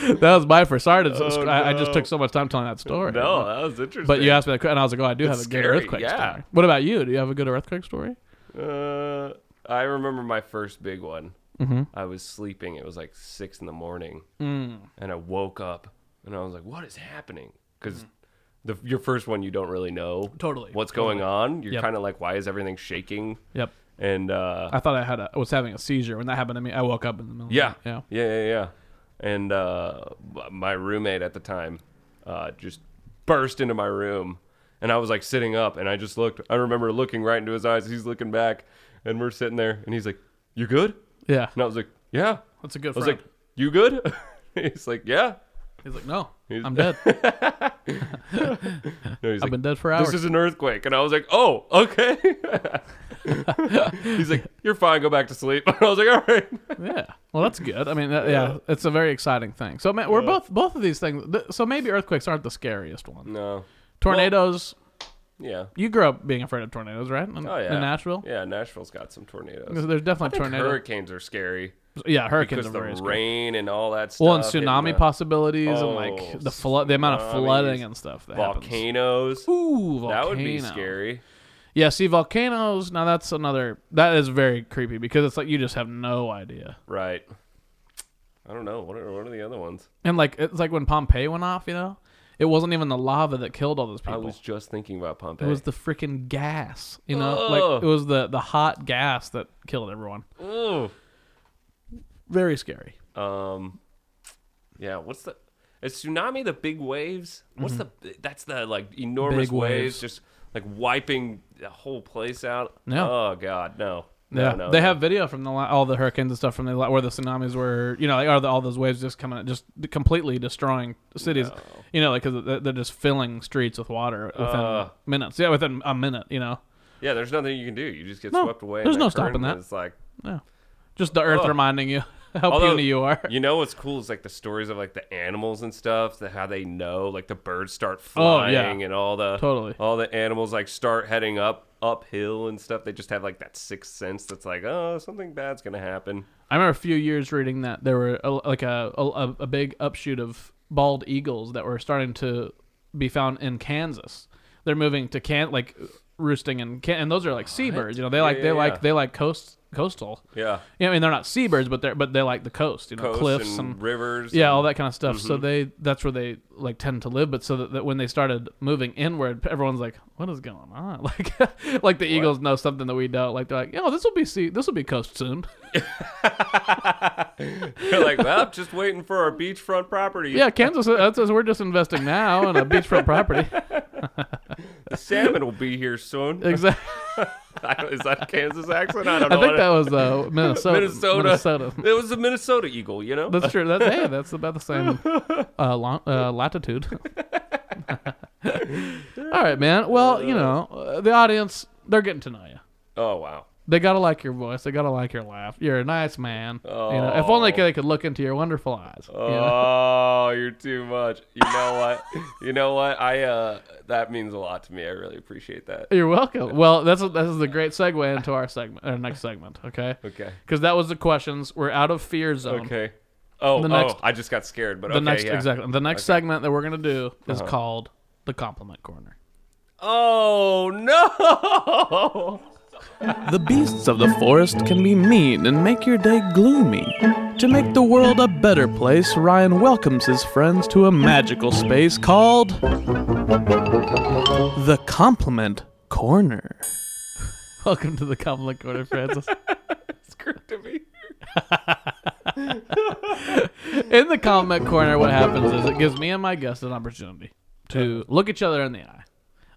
[SPEAKER 1] That was my first. Sorry, to,
[SPEAKER 2] Oh,
[SPEAKER 1] I, I just
[SPEAKER 2] no.
[SPEAKER 1] took so much time telling that story.
[SPEAKER 2] No, that was interesting.
[SPEAKER 1] But you asked me that, que- and I was like, "Oh, I do have a
[SPEAKER 2] scary,
[SPEAKER 1] good earthquake
[SPEAKER 2] yeah.
[SPEAKER 1] story." What about you? Do you have a good earthquake story?
[SPEAKER 2] Uh, I remember my first big one.
[SPEAKER 1] Mm-hmm.
[SPEAKER 2] I was sleeping. It was like six in the morning,
[SPEAKER 1] Mm.
[SPEAKER 2] and I woke up and I was like, "What is happening?" Because the your first one, you don't really know
[SPEAKER 1] Mm-hmm. Totally,
[SPEAKER 2] what's going on. You're
[SPEAKER 1] Yep.
[SPEAKER 2] kind of like, "Why is everything shaking?"
[SPEAKER 1] Yep.
[SPEAKER 2] And uh,
[SPEAKER 1] I thought I had a, I was having a seizure when that happened to me. I woke up in the middle.
[SPEAKER 2] yeah,
[SPEAKER 1] Of the night.
[SPEAKER 2] yeah, yeah, yeah. And uh, b- my roommate at the time uh, just burst into my room, and I was like sitting up, and I just looked. I remember looking right into his eyes. He's looking back, and we're sitting there, and he's like, "You good?"
[SPEAKER 1] Yeah. Yeah.
[SPEAKER 2] And I was like, "Yeah."
[SPEAKER 1] That's a good.
[SPEAKER 2] I was
[SPEAKER 1] Friend.
[SPEAKER 2] like, "You good?" he's like, "Yeah."
[SPEAKER 1] he's like, no,
[SPEAKER 2] He's-
[SPEAKER 1] I'm dead.
[SPEAKER 2] No, he's
[SPEAKER 1] I've
[SPEAKER 2] like,
[SPEAKER 1] been dead for
[SPEAKER 2] "This
[SPEAKER 1] hours.
[SPEAKER 2] is an earthquake," and I was like, "Oh, okay." he's like, "You're fine. Go back to sleep." I was like, "All right."
[SPEAKER 1] yeah. Well, that's good. I mean, that, yeah, it's a very exciting thing. So, man, we're both both of these things. Th- so maybe earthquakes aren't the scariest one.
[SPEAKER 2] No.
[SPEAKER 1] Tornadoes.
[SPEAKER 2] Yeah.
[SPEAKER 1] you grew up being afraid of tornadoes, right? In,
[SPEAKER 2] Oh yeah.
[SPEAKER 1] in Nashville.
[SPEAKER 2] Yeah, Nashville's got some tornadoes.
[SPEAKER 1] There's definitely tornadoes.
[SPEAKER 2] Hurricanes are scary
[SPEAKER 1] Yeah, hurricanes
[SPEAKER 2] because
[SPEAKER 1] are
[SPEAKER 2] the
[SPEAKER 1] very
[SPEAKER 2] rain
[SPEAKER 1] scary.
[SPEAKER 2] and all that stuff.
[SPEAKER 1] Well, and tsunami
[SPEAKER 2] the
[SPEAKER 1] possibilities
[SPEAKER 2] Oh,
[SPEAKER 1] and like the flood, the amount of
[SPEAKER 2] tsunamis,
[SPEAKER 1] flooding and stuff that happens.
[SPEAKER 2] volcanoes.
[SPEAKER 1] Ooh, volcano.
[SPEAKER 2] That would be scary.
[SPEAKER 1] Yeah, see, volcanoes. Now that's another. That is very creepy because it's like you just have no idea.
[SPEAKER 2] Right. I don't know. What are, what are the other ones?
[SPEAKER 1] And like it's like when Pompeii went off, you know, it wasn't even the lava that killed all those
[SPEAKER 2] I
[SPEAKER 1] people.
[SPEAKER 2] was just thinking about Pompeii.
[SPEAKER 1] it was the freaking gas, you know,
[SPEAKER 2] Ugh.
[SPEAKER 1] like it was the the hot gas that killed everyone.
[SPEAKER 2] Ooh.
[SPEAKER 1] Very scary.
[SPEAKER 2] Um, yeah. What's the is tsunami the big waves? What's the that's the like enormous
[SPEAKER 1] Mm-hmm. Big
[SPEAKER 2] waves,
[SPEAKER 1] waves.
[SPEAKER 2] just like wiping the whole place out.
[SPEAKER 1] Yeah.
[SPEAKER 2] Oh God, no. No,
[SPEAKER 1] Yeah,
[SPEAKER 2] no,
[SPEAKER 1] they
[SPEAKER 2] no.
[SPEAKER 1] have video from the la- all the hurricanes and stuff from the la- where the tsunamis were. You know, like all, the, all those waves just coming, just completely destroying cities. You know, like because they're just filling streets with water within
[SPEAKER 2] Uh.
[SPEAKER 1] minutes. Yeah, within a minute. You know,
[SPEAKER 2] Yeah, there's nothing you can do. You just get
[SPEAKER 1] No,
[SPEAKER 2] swept away. in
[SPEAKER 1] there's
[SPEAKER 2] that
[SPEAKER 1] no
[SPEAKER 2] current,
[SPEAKER 1] stopping that.
[SPEAKER 2] and It's like
[SPEAKER 1] yeah, just the earth
[SPEAKER 2] Ugh.
[SPEAKER 1] reminding you how
[SPEAKER 2] Although-
[SPEAKER 1] puny you are.
[SPEAKER 2] you know what's cool is like the stories of like the animals and stuff, the, how they know, like the birds start
[SPEAKER 1] Oh, yeah.
[SPEAKER 2] flying and all the
[SPEAKER 1] Totally.
[SPEAKER 2] all the animals like start heading up uphill and stuff. They just have like that sixth sense that's like, oh, something bad's gonna happen.
[SPEAKER 1] I remember a few years reading that there were a, like a, a a big upshoot of bald eagles that were starting to be found in Kansas. They're moving to can like roosting in can and those are like seabirds. You know, they like
[SPEAKER 2] yeah,
[SPEAKER 1] they
[SPEAKER 2] yeah.
[SPEAKER 1] like they like coast coastal.
[SPEAKER 2] Yeah.
[SPEAKER 1] Yeah, I mean they're not seabirds, but they're but they like the coast, you know,
[SPEAKER 2] Coasts
[SPEAKER 1] cliffs
[SPEAKER 2] and, Mm-hmm.
[SPEAKER 1] and,
[SPEAKER 2] rivers.
[SPEAKER 1] yeah,
[SPEAKER 2] and-
[SPEAKER 1] all that kind of stuff. So they that's where they like tend to live. But so that, that when they started moving inward, everyone's like, "What is going on?" Like, like the Eagles know something that we don't. Like they're like, "Yo, this will be sea, this will be coast soon."
[SPEAKER 2] They're like, well, just waiting for our beachfront property.
[SPEAKER 1] yeah, Kansas. That says we're just investing now in a beachfront property.
[SPEAKER 2] The salmon will be here soon.
[SPEAKER 1] Exactly.
[SPEAKER 2] Is that a Kansas accent? I don't know.
[SPEAKER 1] I think
[SPEAKER 2] what
[SPEAKER 1] that was uh, Minnesota.
[SPEAKER 2] Minnesota.
[SPEAKER 1] Minnesota.
[SPEAKER 2] It was the Minnesota Eagle, you know?
[SPEAKER 1] That's true. That's hey, that's about the same uh, long, uh, latitude. uh, All right, man. Well, you know uh, the audience—they're getting to know you.
[SPEAKER 2] oh, wow.
[SPEAKER 1] They gotta like your voice. They gotta like your laugh. You're a nice man. You know, if only
[SPEAKER 2] Oh.
[SPEAKER 1] they could look into your wonderful eyes. you know?
[SPEAKER 2] Oh, you're too much. You know what? You know what? I uh, that means a lot to me. I really appreciate that.
[SPEAKER 1] You're welcome. Well, that's this is a great segue into our segment, our next segment. Okay.
[SPEAKER 2] Okay.
[SPEAKER 1] Because that was the questions. We're out of fear zone.
[SPEAKER 2] Okay. Oh,
[SPEAKER 1] The
[SPEAKER 2] oh,
[SPEAKER 1] next-
[SPEAKER 2] I just got scared. But
[SPEAKER 1] The
[SPEAKER 2] okay,
[SPEAKER 1] next
[SPEAKER 2] yeah. Uh-huh.
[SPEAKER 1] exactly. The next segment that we're gonna do is called the compliment corner.
[SPEAKER 2] Oh no!
[SPEAKER 3] The beasts of the forest can be mean and make your day gloomy. To make the world a better place, Ryan welcomes his friends to a magical space called the Compliment Corner.
[SPEAKER 1] Welcome to the compliment corner, Francis.
[SPEAKER 2] It's great to be.
[SPEAKER 1] in the comment corner, what happens is it gives me and my guest an opportunity to look each other in the eye.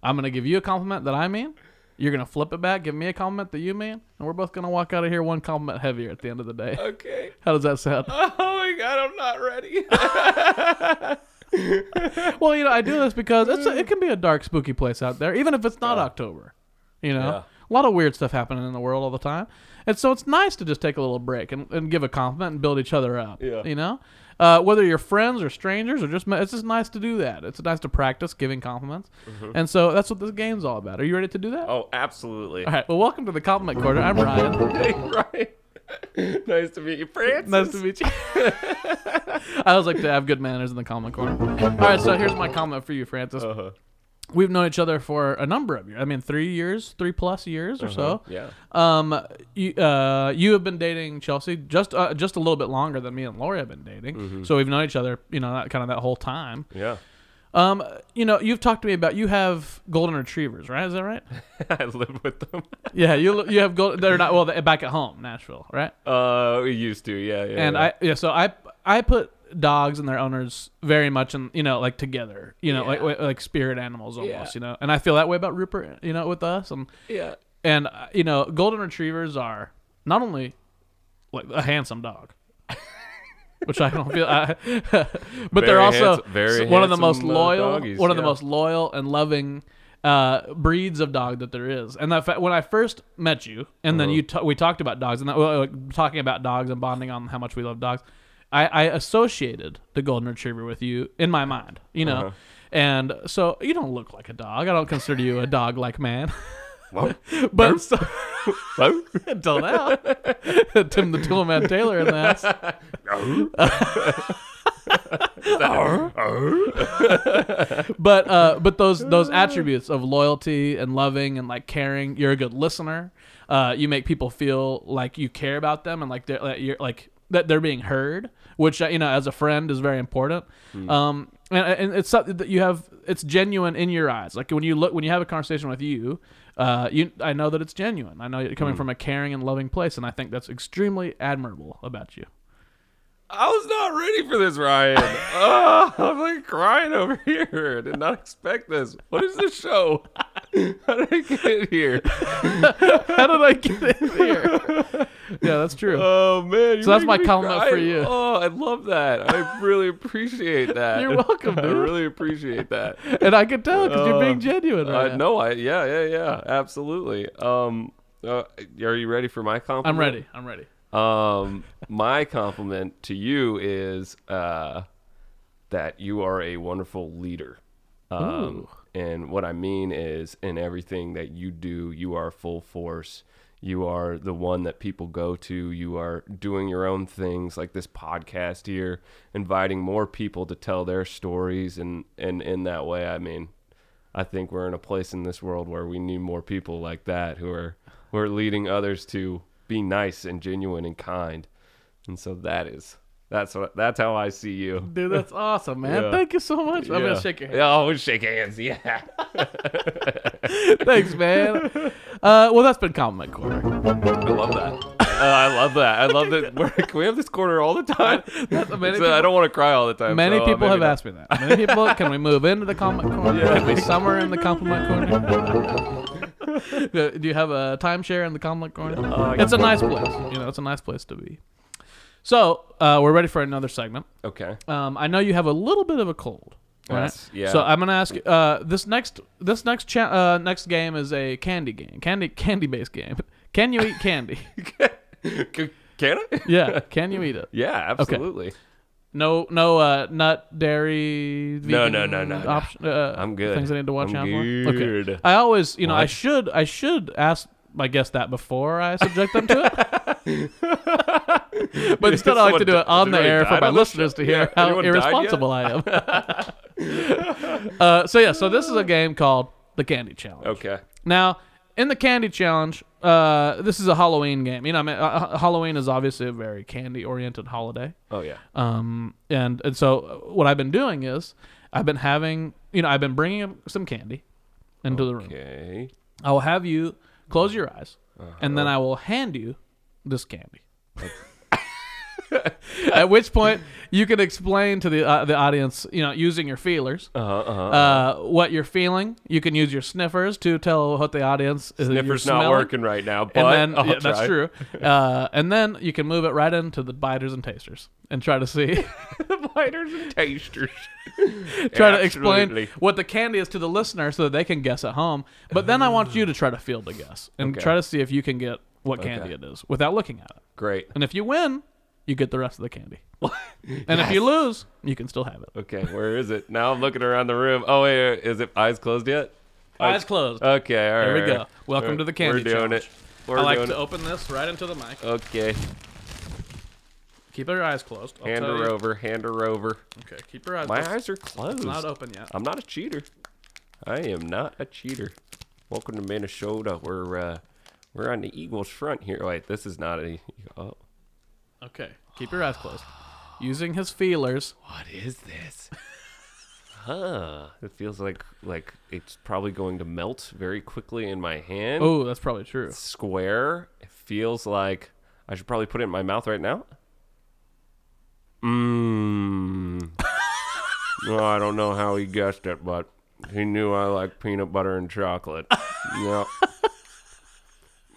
[SPEAKER 1] I'm gonna give you a compliment that I mean. You're gonna flip it back, give me a compliment that you mean, and we're both gonna walk out of here one compliment heavier at the end of the day.
[SPEAKER 2] Okay.
[SPEAKER 1] How does that sound?
[SPEAKER 2] Oh my god, I'm not ready.
[SPEAKER 1] Well, you know, I do this because it's a, it
[SPEAKER 2] Mm.
[SPEAKER 1] can be a dark, spooky place out there, even if it's not October. You know,
[SPEAKER 2] Yeah.
[SPEAKER 1] a lot of weird stuff happening in the world all the time, and so it's nice to just take a little break and, and give a compliment and build each other up.
[SPEAKER 2] Yeah.
[SPEAKER 1] You know, uh, whether you're friends or strangers or just ma- it's just nice to do that. It's nice to practice giving compliments, and so that's what this game's all about. Are you ready to do that?
[SPEAKER 2] Mm-hmm. oh, absolutely.
[SPEAKER 1] All right. Well, welcome to the compliment corner. I'm Ryan.
[SPEAKER 2] Hey, Ryan. nice to meet you, Francis.
[SPEAKER 1] Nice to meet you. I always like to have good manners in the comment corner. All right, so here's my comment for you, Francis.
[SPEAKER 2] Uh-huh.
[SPEAKER 1] we've known each other for a number of years. I mean, three years, three plus years or so.
[SPEAKER 2] Uh-huh. Yeah.
[SPEAKER 1] Um, you, uh, you have been dating Chelsea just uh, just a little bit longer than me and Lori have been dating.
[SPEAKER 2] Mm-hmm.
[SPEAKER 1] So we've known each other, you know, that kind of that whole time.
[SPEAKER 2] Yeah.
[SPEAKER 1] Um, you know, you've talked to me about you have golden retrievers, right? Is that right?
[SPEAKER 2] I live with them.
[SPEAKER 1] yeah, you you have gold. They're not well they're back at home, Nashville, right?
[SPEAKER 2] Uh, we used to. Yeah. yeah
[SPEAKER 1] and
[SPEAKER 2] yeah.
[SPEAKER 1] I yeah, so I I put dogs and their owners very much in you know like together, you know, like like like spirit animals almost,
[SPEAKER 2] Yeah.
[SPEAKER 1] you know. And I feel that way about Rupert, you know, with us and
[SPEAKER 2] Yeah.
[SPEAKER 1] and uh, you know golden retrievers are not only like a handsome dog which i don't feel I, but they're
[SPEAKER 2] Very
[SPEAKER 1] also
[SPEAKER 2] handsome- very
[SPEAKER 1] one of the most
[SPEAKER 2] handsome, uh,
[SPEAKER 1] loyal
[SPEAKER 2] doggies,
[SPEAKER 1] one of the
[SPEAKER 2] yeah.
[SPEAKER 1] most loyal and loving uh, breeds of dog that there is and that fa- when i first met you and
[SPEAKER 2] Uh-huh.
[SPEAKER 1] then you ta we talked about dogs and that, well, like, talking about dogs and bonding on how much we love dogs I, I associated the golden retriever with you in my mind you know
[SPEAKER 2] Uh-huh.
[SPEAKER 1] and so you don't look like a dog i don't consider you a dog like man
[SPEAKER 2] Well,
[SPEAKER 1] but so,
[SPEAKER 2] well,
[SPEAKER 1] until now. Tim the Toolman Taylor in the house. but uh, but those those attributes of loyalty and loving and like caring, you're a good listener. Uh, you make people feel like you care about them and like they're like, you're, like that they're being heard, which uh, you know as a friend is very important. Um, and, and it's something that you have it's genuine in your eyes. Like when you look when you have a conversation with you, uh, you I know that it's genuine. I know you're coming from a caring and loving place, and I think that's extremely admirable about you.
[SPEAKER 2] I was not ready for this, Ryan. oh, I'm like crying over here. I did not expect this. What is this show? How did I get here?
[SPEAKER 1] How did I get in here? yeah, that's true.
[SPEAKER 2] Oh man! you
[SPEAKER 1] So that's
[SPEAKER 2] make
[SPEAKER 1] my
[SPEAKER 2] me
[SPEAKER 1] compliment
[SPEAKER 2] cry.
[SPEAKER 1] for you.
[SPEAKER 2] Oh, I love that. I really appreciate that.
[SPEAKER 1] You're welcome,
[SPEAKER 2] I
[SPEAKER 1] dude.
[SPEAKER 2] really appreciate that.
[SPEAKER 1] and I can tell because you're
[SPEAKER 2] Uh,
[SPEAKER 1] being genuine right
[SPEAKER 2] uh,
[SPEAKER 1] now.
[SPEAKER 2] no, I yeah yeah yeah absolutely. Um, uh, are you ready for my compliment?
[SPEAKER 1] I'm ready. I'm ready.
[SPEAKER 2] Um, my compliment to you is uh, that you are a wonderful leader. Um, and what I mean is, in everything that you do, you are full force. You are the one that people go to. You are doing your own things, like this podcast here, inviting more people to tell their stories. And, and in that way, I mean, I think we're in a place in this world where we need more people like that who are who are leading others to be nice and genuine and kind. And so that is that's what that's how I see you.
[SPEAKER 1] Dude, that's awesome, man.
[SPEAKER 2] Yeah.
[SPEAKER 1] Thank you so much. I'm going to shake your hand.
[SPEAKER 2] Yeah, I would shake hands. Yeah.
[SPEAKER 1] Thanks, man. Uh, well, that's been Compliment Corner.
[SPEAKER 2] I love that. Uh, I love that. I love that. We're, can we have this corner all the time?
[SPEAKER 1] That's- many
[SPEAKER 2] So I don't want to cry all the time.
[SPEAKER 1] Many
[SPEAKER 2] so, uh,
[SPEAKER 1] people
[SPEAKER 2] maybe
[SPEAKER 1] have
[SPEAKER 2] not.
[SPEAKER 1] asked me that. Many people, can we move into the Compliment Corner?
[SPEAKER 2] Yeah.
[SPEAKER 1] Can we summer in the Compliment Corner? Do- Do you have a timeshare in the Compliment Corner?
[SPEAKER 2] Uh,
[SPEAKER 1] it's a nice place. You know, it's a nice place to be. So, uh, we're ready for another segment.
[SPEAKER 2] Okay.
[SPEAKER 1] Um, I know you have a little bit of a cold. Right?
[SPEAKER 2] That's- yeah.
[SPEAKER 1] So I'm gonna ask uh, this next this next cha- uh, next game is a candy game, candy candy based game. Can you eat candy?
[SPEAKER 2] C- Can I?
[SPEAKER 1] yeah. Can you eat it?
[SPEAKER 2] Yeah, absolutely.
[SPEAKER 1] No, no uh, nut, dairy.
[SPEAKER 2] No,
[SPEAKER 1] Vegan
[SPEAKER 2] no, no, no, no.
[SPEAKER 1] option- uh,
[SPEAKER 2] I'm good.
[SPEAKER 1] Things I need to watch
[SPEAKER 2] I'm
[SPEAKER 1] out for.
[SPEAKER 2] good.
[SPEAKER 1] Okay. I always, you know, I
[SPEAKER 2] What?
[SPEAKER 1] should, I should ask my guest that before I subject them to it. but instead, I like to
[SPEAKER 2] Someone
[SPEAKER 1] do
[SPEAKER 2] di-
[SPEAKER 1] it on the
[SPEAKER 2] someone
[SPEAKER 1] air for
[SPEAKER 2] died
[SPEAKER 1] my
[SPEAKER 2] on this
[SPEAKER 1] listeners to
[SPEAKER 2] show?
[SPEAKER 1] hear
[SPEAKER 2] Yeah.
[SPEAKER 1] how
[SPEAKER 2] Anyone died yet?
[SPEAKER 1] irresponsible I am. uh, so yeah, so this is a game called the Candy Challenge.
[SPEAKER 2] Okay.
[SPEAKER 1] Now, in the candy challenge, uh, this is a Halloween game. You know, I mean, uh, Halloween is obviously a very candy-oriented holiday.
[SPEAKER 2] Oh yeah.
[SPEAKER 1] Um, and and so uh, what I've been doing is I've been having you know I've been bringing up some candy into the room.
[SPEAKER 2] Okay. Uh-huh.
[SPEAKER 1] I will have you close your eyes, and
[SPEAKER 2] Oh.
[SPEAKER 1] then I will hand you this candy. At which point you can explain to the uh, the audience, you know, using your feelers,
[SPEAKER 2] Uh huh. Uh-huh.
[SPEAKER 1] uh, what you're feeling. You can use your sniffers to tell what the audience is. you're
[SPEAKER 2] Sniffer's not
[SPEAKER 1] smelling.
[SPEAKER 2] working Oh, right now, but
[SPEAKER 1] And then
[SPEAKER 2] I'll
[SPEAKER 1] yeah, that's
[SPEAKER 2] try.
[SPEAKER 1] true. Uh, and then you can move it right into the biters and tasters and try to see
[SPEAKER 2] Lighters and tasters.
[SPEAKER 1] try to explain
[SPEAKER 2] Absolutely.
[SPEAKER 1] what the candy is to the listener so that they can guess at home. But then I want you to try to field a guess and
[SPEAKER 2] Okay.
[SPEAKER 1] try to see if you can get what candy it is without looking at it.
[SPEAKER 2] Great.
[SPEAKER 1] And if you win, you get the rest of the candy. And if you lose, you can still have it.
[SPEAKER 2] Okay, where is it? Now I'm looking around the room. Oh wait, wait, is it eyes closed yet?
[SPEAKER 1] Eyes closed.
[SPEAKER 2] Okay, all right.
[SPEAKER 1] Here we go.
[SPEAKER 2] all
[SPEAKER 1] Welcome
[SPEAKER 2] right.
[SPEAKER 1] to the candy
[SPEAKER 2] We're doing
[SPEAKER 1] challenge.
[SPEAKER 2] it. uh, We're
[SPEAKER 1] I like
[SPEAKER 2] doing
[SPEAKER 1] to open this right into the mic.
[SPEAKER 2] it. Okay.
[SPEAKER 1] Keep your eyes closed. I'll
[SPEAKER 2] Hand
[SPEAKER 1] tell
[SPEAKER 2] her
[SPEAKER 1] you.
[SPEAKER 2] over. Hand her over.
[SPEAKER 1] Okay, keep your eyes
[SPEAKER 2] My
[SPEAKER 1] closed.
[SPEAKER 2] eyes are closed.
[SPEAKER 1] Not open yet.
[SPEAKER 2] I'm not a cheater. I am not a cheater. Welcome to Minnesota. We're uh, we're on the Eagles front here. Wait, this is not a. Oh,
[SPEAKER 1] Okay, keep your eyes closed. Using his feelers.
[SPEAKER 2] what is this? huh? It feels like like it's probably going to melt very quickly in my hand.
[SPEAKER 1] Oh, that's probably true.
[SPEAKER 2] square. It feels like I should probably put it in my mouth right now. Mmm. no, I don't know how he guessed it, but he knew I like peanut butter and chocolate. yeah.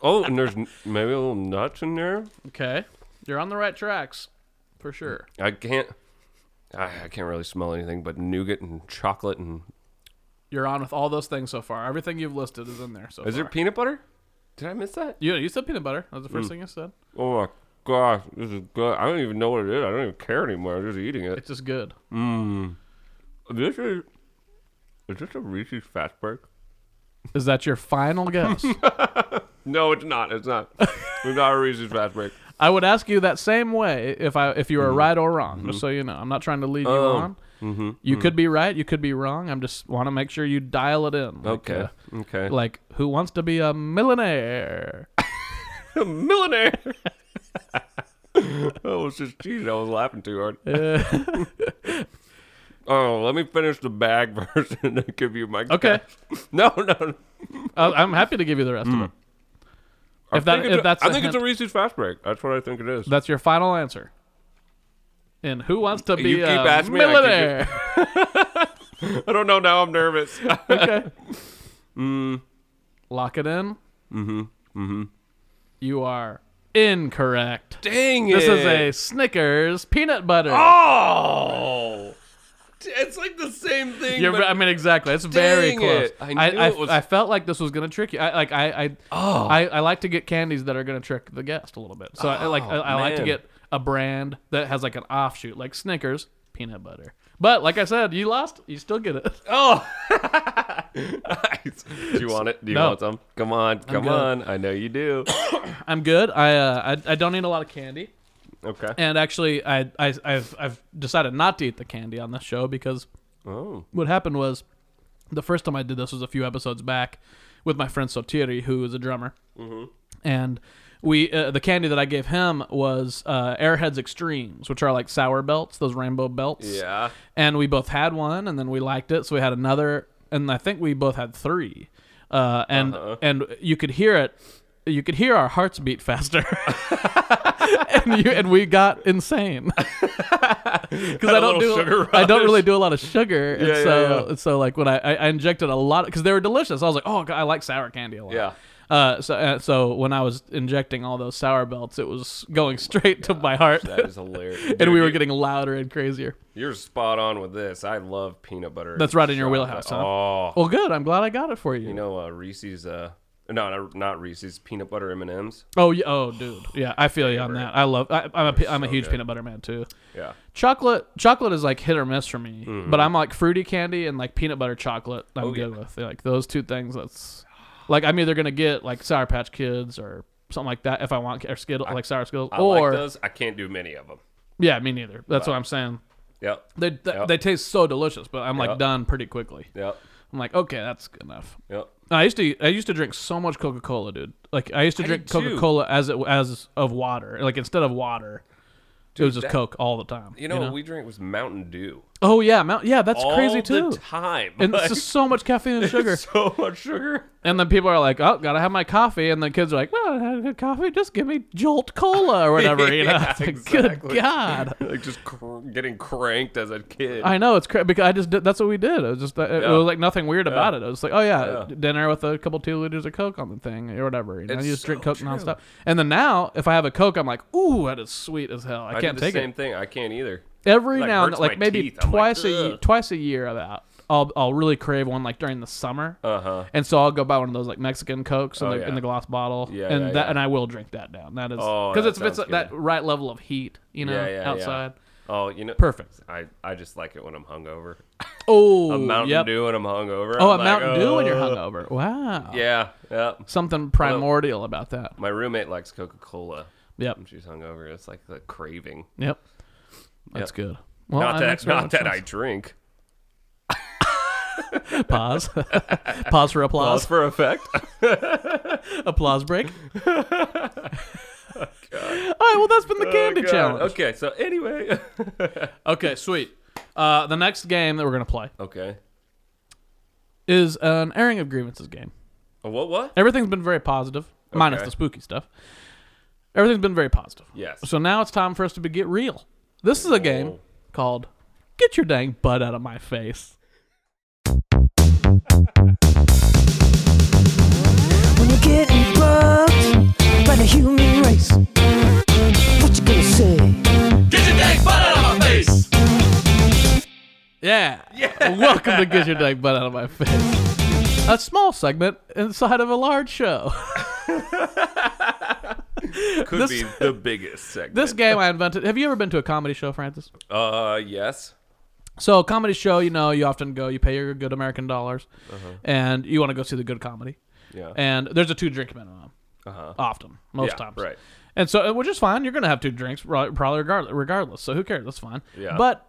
[SPEAKER 2] Oh, and there's n- maybe a little nuts in there.
[SPEAKER 1] Okay, you're on the right tracks, for sure.
[SPEAKER 2] I can't. I I can't really smell anything but nougat and chocolate and.
[SPEAKER 1] You're on with all those things so far. Everything you've listed is in there so
[SPEAKER 2] Is
[SPEAKER 1] far.
[SPEAKER 2] there peanut butter? Did I miss that?
[SPEAKER 1] you, you said peanut butter. That was the first thing you said.
[SPEAKER 2] Oh my gosh, this is good. I don't even know what it is. I don't even care anymore. I'm just eating it.
[SPEAKER 1] It's just good.
[SPEAKER 2] This is. Is this a Reese's Fastberg?
[SPEAKER 1] Is that your final guess?
[SPEAKER 2] No, it's not. It's not. it's not a Reese's Fastberg.
[SPEAKER 1] I would ask you that same way if I if you
[SPEAKER 2] Mm-hmm.
[SPEAKER 1] were right or wrong, just so you know. I'm not trying to lead you
[SPEAKER 2] Oh.
[SPEAKER 1] on.
[SPEAKER 2] Mm-hmm.
[SPEAKER 1] You could be right. You could be wrong. I'm just want to make sure you dial it in. Like,
[SPEAKER 2] Okay. Okay.
[SPEAKER 1] uh, like who wants to be a millionaire?
[SPEAKER 2] a millionaire. I was just cheating. I was laughing too hard. oh, let me finish the bag first and then give you my.
[SPEAKER 1] Okay.
[SPEAKER 2] guess. No, no. no.
[SPEAKER 1] I, I'm happy to give you the rest of it.
[SPEAKER 2] Mm. I
[SPEAKER 1] If that-
[SPEAKER 2] think
[SPEAKER 1] if
[SPEAKER 2] it's a-
[SPEAKER 1] that's
[SPEAKER 2] I
[SPEAKER 1] a
[SPEAKER 2] think it's a
[SPEAKER 1] hint-
[SPEAKER 2] Reese's Fastberg. That's what I think it is.
[SPEAKER 1] That's your final answer. And who wants to be
[SPEAKER 2] You keep
[SPEAKER 1] a
[SPEAKER 2] asking me, I keep
[SPEAKER 1] millionaire?
[SPEAKER 2] I don't know. Now I'm nervous.
[SPEAKER 1] okay. Lock it in. Mm-hmm. Mm-hmm.
[SPEAKER 2] Mm-hmm.
[SPEAKER 1] You are incorrect.
[SPEAKER 2] Dang
[SPEAKER 1] This
[SPEAKER 2] it!
[SPEAKER 1] is a Snickers peanut butter.
[SPEAKER 2] Oh. It's like the same thing.
[SPEAKER 1] You're,
[SPEAKER 2] but-
[SPEAKER 1] I mean, exactly. It's very
[SPEAKER 2] Dang
[SPEAKER 1] close.
[SPEAKER 2] it. I
[SPEAKER 1] I,
[SPEAKER 2] knew
[SPEAKER 1] I,
[SPEAKER 2] it was-
[SPEAKER 1] I felt like this was gonna trick you. I, like I, I,
[SPEAKER 2] Oh.
[SPEAKER 1] I, I like to get candies that are gonna trick the guest a little bit. So I like I, I like to
[SPEAKER 2] Oh, man.
[SPEAKER 1] get a brand that has like an offshoot, like Snickers peanut butter. But like I said, you lost. You still get it.
[SPEAKER 2] Oh. do you want it? Do you
[SPEAKER 1] No.
[SPEAKER 2] want some? Come on, come
[SPEAKER 1] good.
[SPEAKER 2] on. I know you do.
[SPEAKER 1] I'm good. I, uh, I, I don't need a lot of candy.
[SPEAKER 2] Okay.
[SPEAKER 1] And actually, I, I, I've, I've decided not to eat the candy on this show because
[SPEAKER 2] Oh.
[SPEAKER 1] what happened was the first time I did this was a few episodes back with my friend Sotiri, who is a drummer, and we uh, the candy that I gave him was uh, Airheads Extremes, which are like sour belts, those rainbow belts.
[SPEAKER 2] Yeah.
[SPEAKER 1] And we both had one, and then we liked it, so we had
[SPEAKER 2] Uh-huh.
[SPEAKER 1] another, and I think we both had three. Uh, and and you could hear it you could hear our hearts beat faster, and you and we got insane because I
[SPEAKER 2] a
[SPEAKER 1] don't
[SPEAKER 2] little
[SPEAKER 1] do
[SPEAKER 2] sugar
[SPEAKER 1] I don't
[SPEAKER 2] rush.
[SPEAKER 1] really do a lot of sugar, and
[SPEAKER 2] Yeah, yeah,
[SPEAKER 1] so
[SPEAKER 2] yeah.
[SPEAKER 1] and so like when I, I, I injected a lot because they were delicious. I was like, oh, God, I like sour candy a lot.
[SPEAKER 2] Yeah.
[SPEAKER 1] Uh, so uh, so when I was injecting all those sour belts, it was going straight to my heart,
[SPEAKER 2] That is hilarious. Dude,
[SPEAKER 1] and we were
[SPEAKER 2] you-
[SPEAKER 1] getting louder and crazier.
[SPEAKER 2] You're spot on with this. I love peanut butter.
[SPEAKER 1] That's right in your
[SPEAKER 2] chocolate.
[SPEAKER 1] wheelhouse, huh?
[SPEAKER 2] Oh,
[SPEAKER 1] Well, good. I'm glad I got it for you.
[SPEAKER 2] you know uh, Reese's. Uh, no, not, not Reese's. Peanut butter M and M's.
[SPEAKER 1] oh yeah. Oh, dude. Yeah, I feel you on that. I love. I, I'm a pe- I'm a
[SPEAKER 2] so
[SPEAKER 1] huge
[SPEAKER 2] good.
[SPEAKER 1] peanut butter man too.
[SPEAKER 2] Yeah.
[SPEAKER 1] Chocolate, chocolate is like hit or miss for me.
[SPEAKER 2] Mm-hmm.
[SPEAKER 1] But I'm like fruity candy and like peanut butter chocolate.
[SPEAKER 2] Oh,
[SPEAKER 1] I'm good with like those two things. That's like I'm either gonna get like Sour Patch Kids or something like that if I want or Skittle like sour Skittles
[SPEAKER 2] I
[SPEAKER 1] or
[SPEAKER 2] like those. I can't do many of them.
[SPEAKER 1] yeah, me neither. That's what I'm saying.
[SPEAKER 2] Yep.
[SPEAKER 1] They th-
[SPEAKER 2] Yep.
[SPEAKER 1] they taste so delicious, but I'm like
[SPEAKER 2] Yep.
[SPEAKER 1] done pretty quickly.
[SPEAKER 2] Yep.
[SPEAKER 1] I'm like okay, that's good enough.
[SPEAKER 2] Yep.
[SPEAKER 1] I used to I used to drink so much Coca Cola, dude. Like I used to
[SPEAKER 2] I
[SPEAKER 1] drink
[SPEAKER 2] did too.
[SPEAKER 1] Coca Cola as it as of water. Like instead of water, it was just
[SPEAKER 2] that-
[SPEAKER 1] Coke all the time.
[SPEAKER 2] You know, what we drank was Mountain Dew.
[SPEAKER 1] oh yeah, Mount, yeah, that's
[SPEAKER 2] All
[SPEAKER 1] crazy too.
[SPEAKER 2] the time.
[SPEAKER 1] and
[SPEAKER 2] Like,
[SPEAKER 1] it's just so much caffeine and sugar.
[SPEAKER 2] so much sugar.
[SPEAKER 1] And then people are like, "Oh, gotta have my coffee." And the kids are like, "Well, I had a good coffee. Just give me Jolt Cola or whatever." You know,
[SPEAKER 2] Yeah,
[SPEAKER 1] It's like,
[SPEAKER 2] exactly.
[SPEAKER 1] good God.
[SPEAKER 2] like just cr- getting cranked as a kid.
[SPEAKER 1] I know it's cra- because I just did, that's what we did. It was just uh, it
[SPEAKER 2] Yeah.
[SPEAKER 1] was like nothing weird about it. It was like, oh yeah,
[SPEAKER 2] Yeah.
[SPEAKER 1] dinner with a couple two liters of Coke on the thing or whatever. You, know?
[SPEAKER 2] It's
[SPEAKER 1] you just drink
[SPEAKER 2] so
[SPEAKER 1] Coke nonstop. And then now, if I have a Coke, I'm like, ooh, that is sweet as hell. I,
[SPEAKER 2] I
[SPEAKER 1] can't
[SPEAKER 2] did the
[SPEAKER 1] take
[SPEAKER 2] same
[SPEAKER 1] it.
[SPEAKER 2] thing. I can't either.
[SPEAKER 1] Every
[SPEAKER 2] like,
[SPEAKER 1] now and
[SPEAKER 2] hurts
[SPEAKER 1] like
[SPEAKER 2] my
[SPEAKER 1] maybe
[SPEAKER 2] teeth. I'm like,
[SPEAKER 1] twice a ye-
[SPEAKER 2] ugh.
[SPEAKER 1] twice a year about. I'll I'll really crave one like during the summer.
[SPEAKER 2] Uh huh.
[SPEAKER 1] And so I'll go buy one of those like Mexican cokes in,
[SPEAKER 2] Oh,
[SPEAKER 1] the,
[SPEAKER 2] yeah.
[SPEAKER 1] in the glass bottle,
[SPEAKER 2] Yeah,
[SPEAKER 1] and
[SPEAKER 2] yeah,
[SPEAKER 1] that
[SPEAKER 2] yeah.
[SPEAKER 1] and I will drink that down. That is
[SPEAKER 2] Oh,
[SPEAKER 1] because
[SPEAKER 2] that
[SPEAKER 1] it's it's
[SPEAKER 2] sounds
[SPEAKER 1] that
[SPEAKER 2] good.
[SPEAKER 1] right level of heat, you know,
[SPEAKER 2] Yeah, yeah, yeah.
[SPEAKER 1] outside.
[SPEAKER 2] Oh, you know,
[SPEAKER 1] Perfect.
[SPEAKER 2] I, I just like it when I'm hungover.
[SPEAKER 1] Oh,
[SPEAKER 2] A Mountain
[SPEAKER 1] yep.
[SPEAKER 2] Dew when I'm hungover.
[SPEAKER 1] Oh, a
[SPEAKER 2] I'm like,
[SPEAKER 1] Mountain Dew when you're
[SPEAKER 2] "Oh."
[SPEAKER 1] hungover. Wow.
[SPEAKER 2] Yeah, yeah.
[SPEAKER 1] Something primordial about that.
[SPEAKER 2] My roommate likes Coca Cola
[SPEAKER 1] Yep.
[SPEAKER 2] when she's hungover. It's like the craving.
[SPEAKER 1] Yep. That's
[SPEAKER 2] Yep.
[SPEAKER 1] good. Well,
[SPEAKER 2] not
[SPEAKER 1] I
[SPEAKER 2] that,
[SPEAKER 1] makes very
[SPEAKER 2] not
[SPEAKER 1] much
[SPEAKER 2] that I
[SPEAKER 1] sense.
[SPEAKER 2] drink.
[SPEAKER 1] pause. pause for
[SPEAKER 2] Pause
[SPEAKER 1] applause.
[SPEAKER 2] for effect.
[SPEAKER 1] applause break.
[SPEAKER 2] Oh,
[SPEAKER 1] All right. Well, that's been the candy
[SPEAKER 2] God.
[SPEAKER 1] challenge.
[SPEAKER 2] Okay, so anyway.
[SPEAKER 1] Okay, sweet. Uh, the next game that we're gonna play
[SPEAKER 2] okay.
[SPEAKER 1] is an airing of grievances game.
[SPEAKER 2] A What? What?
[SPEAKER 1] Everything's been very positive, minus
[SPEAKER 2] Okay.
[SPEAKER 1] the spooky stuff. Everything's been very positive.
[SPEAKER 2] Yes.
[SPEAKER 1] So now it's time for us to be, get real. This is a game
[SPEAKER 2] Oh.
[SPEAKER 1] called "Get Your Dang Butt Out of My Face."
[SPEAKER 4] When you're getting bugged by the human race, what you gonna say?
[SPEAKER 1] Yeah. Yeah. Welcome to "Get Your Dang Butt Out of My Face," a small segment inside of a large show.
[SPEAKER 2] Could
[SPEAKER 1] this-
[SPEAKER 2] be the biggest segment.
[SPEAKER 1] This game I invented. Have you ever been to a comedy show, Francis?
[SPEAKER 2] Uh, yes.
[SPEAKER 1] So a comedy show, you know, you often go, you pay your good American dollars, and you want to go see the good comedy.
[SPEAKER 2] Yeah.
[SPEAKER 1] And there's a two drink minimum.
[SPEAKER 2] Uh-huh.
[SPEAKER 1] Often, most
[SPEAKER 2] Yeah,
[SPEAKER 1] times,
[SPEAKER 2] right.
[SPEAKER 1] And so, uh, which is fine. You're gonna have two drinks, pro- probably regardless. Regardless, so who cares? That's fine.
[SPEAKER 2] Yeah.
[SPEAKER 1] But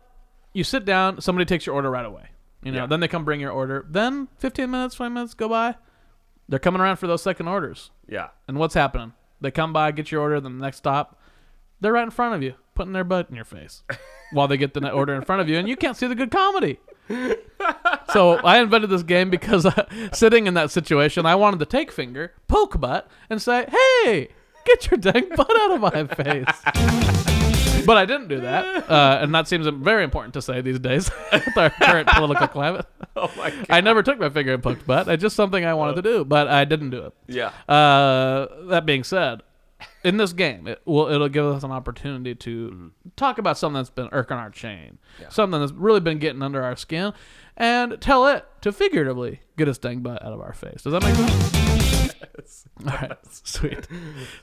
[SPEAKER 1] you sit down. Somebody takes your order right away. You know. Then they come bring your order. Then 15 minutes, 20 minutes go by. They're coming around for those second orders.
[SPEAKER 2] Yeah.
[SPEAKER 1] And what's happening? They come by, get your order, then the next stop, they're right in front of you, putting their butt in your face while they get the order in front of you, and you can't see the good comedy. So I invented this game because uh, sitting in that situation, I wanted to take finger, poke butt, and say, "Hey, get your dang butt out of my face." But I didn't do that, uh, and that seems very important to say these days with our current political climate.
[SPEAKER 2] Oh my god.
[SPEAKER 1] I never took my finger and poked butt. It's just something I wanted to do, but I didn't do it.
[SPEAKER 2] Yeah.
[SPEAKER 1] Uh, that being said, in this game, it will it'll give us an opportunity to talk about something that's been irking our chain, something that's really been getting under our skin, and tell it to figuratively get its dang butt out of our face. Does that make sense? All right, sweet.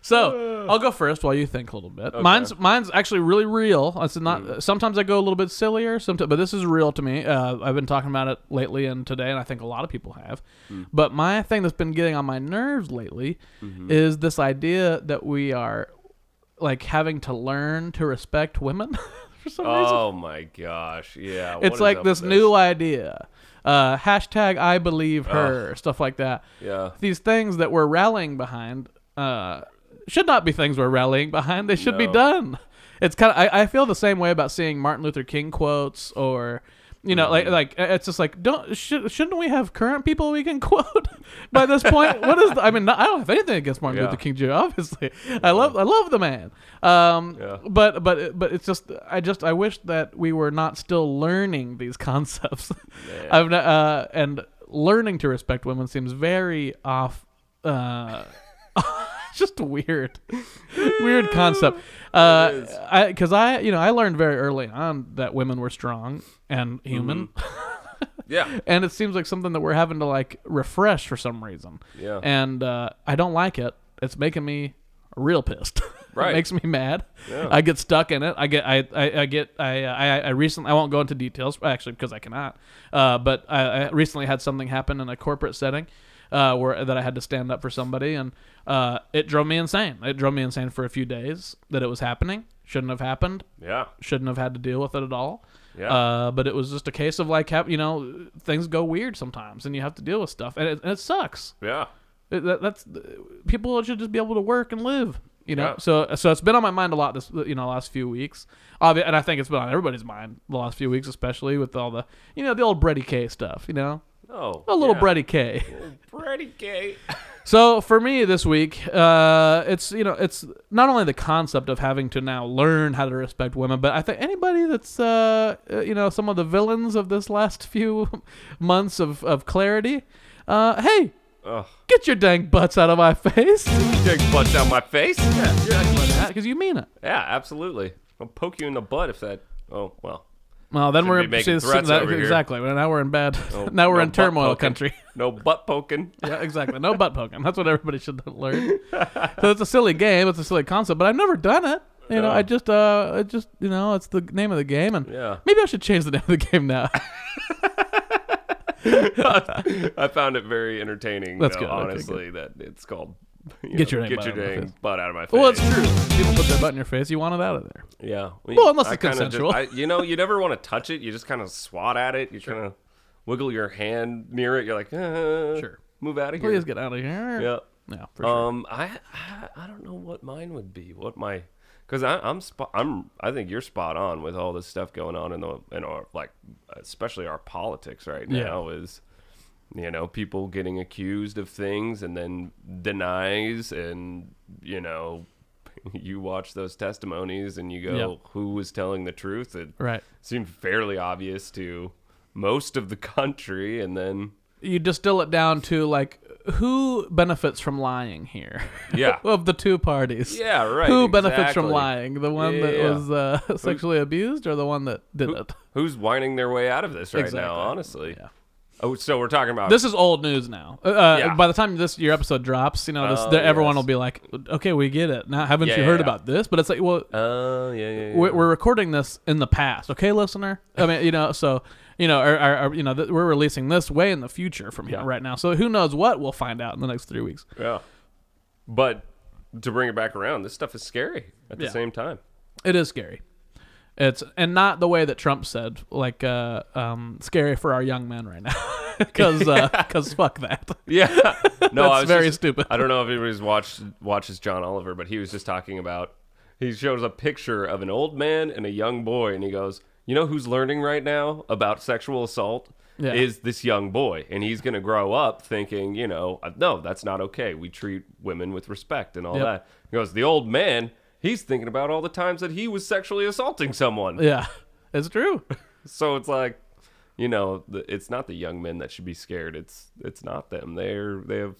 [SPEAKER 1] So
[SPEAKER 2] Uh.
[SPEAKER 1] I'll go first while you think a little bit. Mine's mine's actually really real. It's not.
[SPEAKER 2] Mm.
[SPEAKER 1] Sometimes I go a little bit sillier. Sometimes, but this is real to me. Uh, I've been talking about it lately and today, and I think a lot of people have.
[SPEAKER 2] Mm.
[SPEAKER 1] But my thing that's been getting on my nerves lately
[SPEAKER 2] Mm-hmm.
[SPEAKER 1] is this idea that we are like having to learn to respect women for some reason.
[SPEAKER 2] Oh my gosh. Yeah. what
[SPEAKER 1] It's
[SPEAKER 2] is
[SPEAKER 1] like
[SPEAKER 2] up with
[SPEAKER 1] this new idea. Uh, hashtag I believe her stuff like that
[SPEAKER 2] Yeah.
[SPEAKER 1] these things that we're rallying behind uh, should not be things we're rallying behind. They should be
[SPEAKER 2] No.
[SPEAKER 1] done. It's kind of I, I feel the same way about seeing Martin Luther King quotes or You know,
[SPEAKER 2] Mm-hmm.
[SPEAKER 1] like like uh, it's just like don't should, shouldn't we have current people we can quote by this point? What is the, I mean? I don't have anything against Martin
[SPEAKER 2] Yeah.
[SPEAKER 1] Luther King Jr. Obviously, I love I love the man. Um,
[SPEAKER 2] Yeah.
[SPEAKER 1] but but but it's just I just I wish that we were not still learning these concepts. I've not, uh, and learning to respect women seems very off. Uh, just weird, weird concept. Uh, I because I you know I learned very early on that women were strong and human,
[SPEAKER 2] Yeah.
[SPEAKER 1] and it seems like something that we're having to like refresh for some reason.
[SPEAKER 2] Yeah.
[SPEAKER 1] and uh, I don't like it. It's making me real pissed.
[SPEAKER 2] Right.
[SPEAKER 1] it makes me mad. I get stuck in it. I get I I, I get I, I I recently I won't go into details actually because I cannot. Uh, but I, I recently had something happen in a corporate setting. Uh, where that I had to stand up for somebody, and uh, it drove me insane. It drove me insane for a few days that it was happening. Shouldn't have happened
[SPEAKER 2] Yeah.
[SPEAKER 1] shouldn't have had to deal with it at all.
[SPEAKER 2] Yeah.
[SPEAKER 1] Uh, but it was just a case of like, how, you know, things go weird sometimes, and you have to deal with stuff, and it, and it sucks.
[SPEAKER 2] Yeah.
[SPEAKER 1] It- that, that's people should just be able to work and live. You know,
[SPEAKER 2] Yeah.
[SPEAKER 1] so so it's been on my mind a lot this you know last few weeks, Obvi- and I think it's been on everybody's mind the last few weeks, especially with all the you know the old Brady K stuff. You know,
[SPEAKER 2] Oh.
[SPEAKER 1] a little
[SPEAKER 2] yeah.
[SPEAKER 1] Brady K.
[SPEAKER 2] Pretty gay.
[SPEAKER 1] So for me this week, uh, it's you know it's not only the concept of having to now learn how to respect women, but I think anybody that's uh, uh, you know some of the villains of this last few months of of clarity, uh, hey,
[SPEAKER 2] Ugh.
[SPEAKER 1] get your dang butts out of my face
[SPEAKER 2] Take butts out my face. Yeah.
[SPEAKER 1] because you mean it.
[SPEAKER 2] Yeah. Absolutely. I'll poke you in the butt if that. Oh well.
[SPEAKER 1] Well, then
[SPEAKER 2] Shouldn't
[SPEAKER 1] we're
[SPEAKER 2] be making
[SPEAKER 1] see, this-
[SPEAKER 2] threats
[SPEAKER 1] that-
[SPEAKER 2] over here.
[SPEAKER 1] exactly well, now we're in bad.
[SPEAKER 2] No-
[SPEAKER 1] now we're
[SPEAKER 2] no
[SPEAKER 1] in
[SPEAKER 2] butt
[SPEAKER 1] turmoil
[SPEAKER 2] poking.
[SPEAKER 1] country.
[SPEAKER 2] No butt poking.
[SPEAKER 1] Yeah, exactly. No butt poking. That's what everybody should learn. so it's a silly game. It's a silly concept, but I've never done it. You know,
[SPEAKER 2] Yeah.
[SPEAKER 1] I just, uh, I just, you know, it's the name of the game, and
[SPEAKER 2] Yeah.
[SPEAKER 1] maybe I should change the name of the game now.
[SPEAKER 2] I found it very entertaining.
[SPEAKER 1] That's
[SPEAKER 2] though,
[SPEAKER 1] good, okay,
[SPEAKER 2] Honestly, that it's called. you
[SPEAKER 1] Get your dang
[SPEAKER 2] get
[SPEAKER 1] butt out
[SPEAKER 2] your
[SPEAKER 1] of my
[SPEAKER 2] dang
[SPEAKER 1] face.
[SPEAKER 2] butt out of my face.
[SPEAKER 1] well, it's true. People put their butt in your face. You want it out of there.
[SPEAKER 2] Yeah.
[SPEAKER 1] Well, unless it's
[SPEAKER 2] kinda just-
[SPEAKER 1] consensual.
[SPEAKER 2] I- you know, you never want to touch it. You just kind of swat at it. You kind of wiggle your hand near it. You're like, uh,
[SPEAKER 1] Sure.
[SPEAKER 2] move out of here.
[SPEAKER 1] Please get out of here.
[SPEAKER 2] Yeah.
[SPEAKER 1] Yeah, for sure.
[SPEAKER 2] Um, I, I I don't know what mine would be. What my because I'm spot I'm I think you're spot on with all this stuff going on in the in our like especially our politics right
[SPEAKER 1] Yeah.
[SPEAKER 2] now is you know people getting accused of things and then denies and you know you watch those testimonies and you go
[SPEAKER 1] Yeah.
[SPEAKER 2] who was telling the truth it
[SPEAKER 1] Right.
[SPEAKER 2] seemed fairly obvious to most of the country and then
[SPEAKER 1] You distill it down to like who benefits from lying here.
[SPEAKER 2] Yeah.
[SPEAKER 1] of the two parties.
[SPEAKER 2] Yeah, right,
[SPEAKER 1] Who benefits from
[SPEAKER 2] exactly.
[SPEAKER 1] lying? The one
[SPEAKER 2] Yeah.
[SPEAKER 1] that was uh, sexually abused, or the one that didn't?
[SPEAKER 2] who- who's whining their way out of this right now
[SPEAKER 1] Exactly.
[SPEAKER 2] honestly
[SPEAKER 1] Yeah.
[SPEAKER 2] Oh, so we're talking about
[SPEAKER 1] This is old news now. Uh,
[SPEAKER 2] Yeah.
[SPEAKER 1] By the time this your episode drops, you know, this,
[SPEAKER 2] Oh,
[SPEAKER 1] the- everyone
[SPEAKER 2] yes.
[SPEAKER 1] will be like, "Okay, we get it." Now, haven't
[SPEAKER 2] Yeah,
[SPEAKER 1] you
[SPEAKER 2] yeah,
[SPEAKER 1] heard
[SPEAKER 2] yeah.
[SPEAKER 1] about this? But it's like, well,
[SPEAKER 2] Oh yeah, yeah, yeah.
[SPEAKER 1] we're, we're recording this in the past, okay, listener. I mean, you know, so you know, or, or, or, you know, th- we're releasing this way in the future from
[SPEAKER 2] Yeah.
[SPEAKER 1] here right now. So who knows what we'll find out in the next three weeks?
[SPEAKER 2] yeah. But to bring it back around, this stuff is scary at the
[SPEAKER 1] Yeah.
[SPEAKER 2] same time.
[SPEAKER 1] It is scary. It's and not the way that Trump said, like, uh, um, scary for our young men right now, because fuck that.
[SPEAKER 2] Yeah, no,
[SPEAKER 1] That's
[SPEAKER 2] I was
[SPEAKER 1] very
[SPEAKER 2] just-
[SPEAKER 1] stupid.
[SPEAKER 2] I don't know if anybody's watched watches John Oliver, but he was just talking about. He shows a picture of an old man and a young boy, and he goes, "You know who's learning right now about sexual assault
[SPEAKER 1] Yeah.
[SPEAKER 2] is this young boy, and he's going to grow up thinking, you know, uh, no, that's not okay. We treat women with respect and all
[SPEAKER 1] Yep.
[SPEAKER 2] that." He goes, "The old man." He's thinking about all the times that he was sexually assaulting someone.
[SPEAKER 1] Yeah, it's true.
[SPEAKER 2] So it's like, you know, the, it's not the young men that should be scared. It's it's not them. They're they have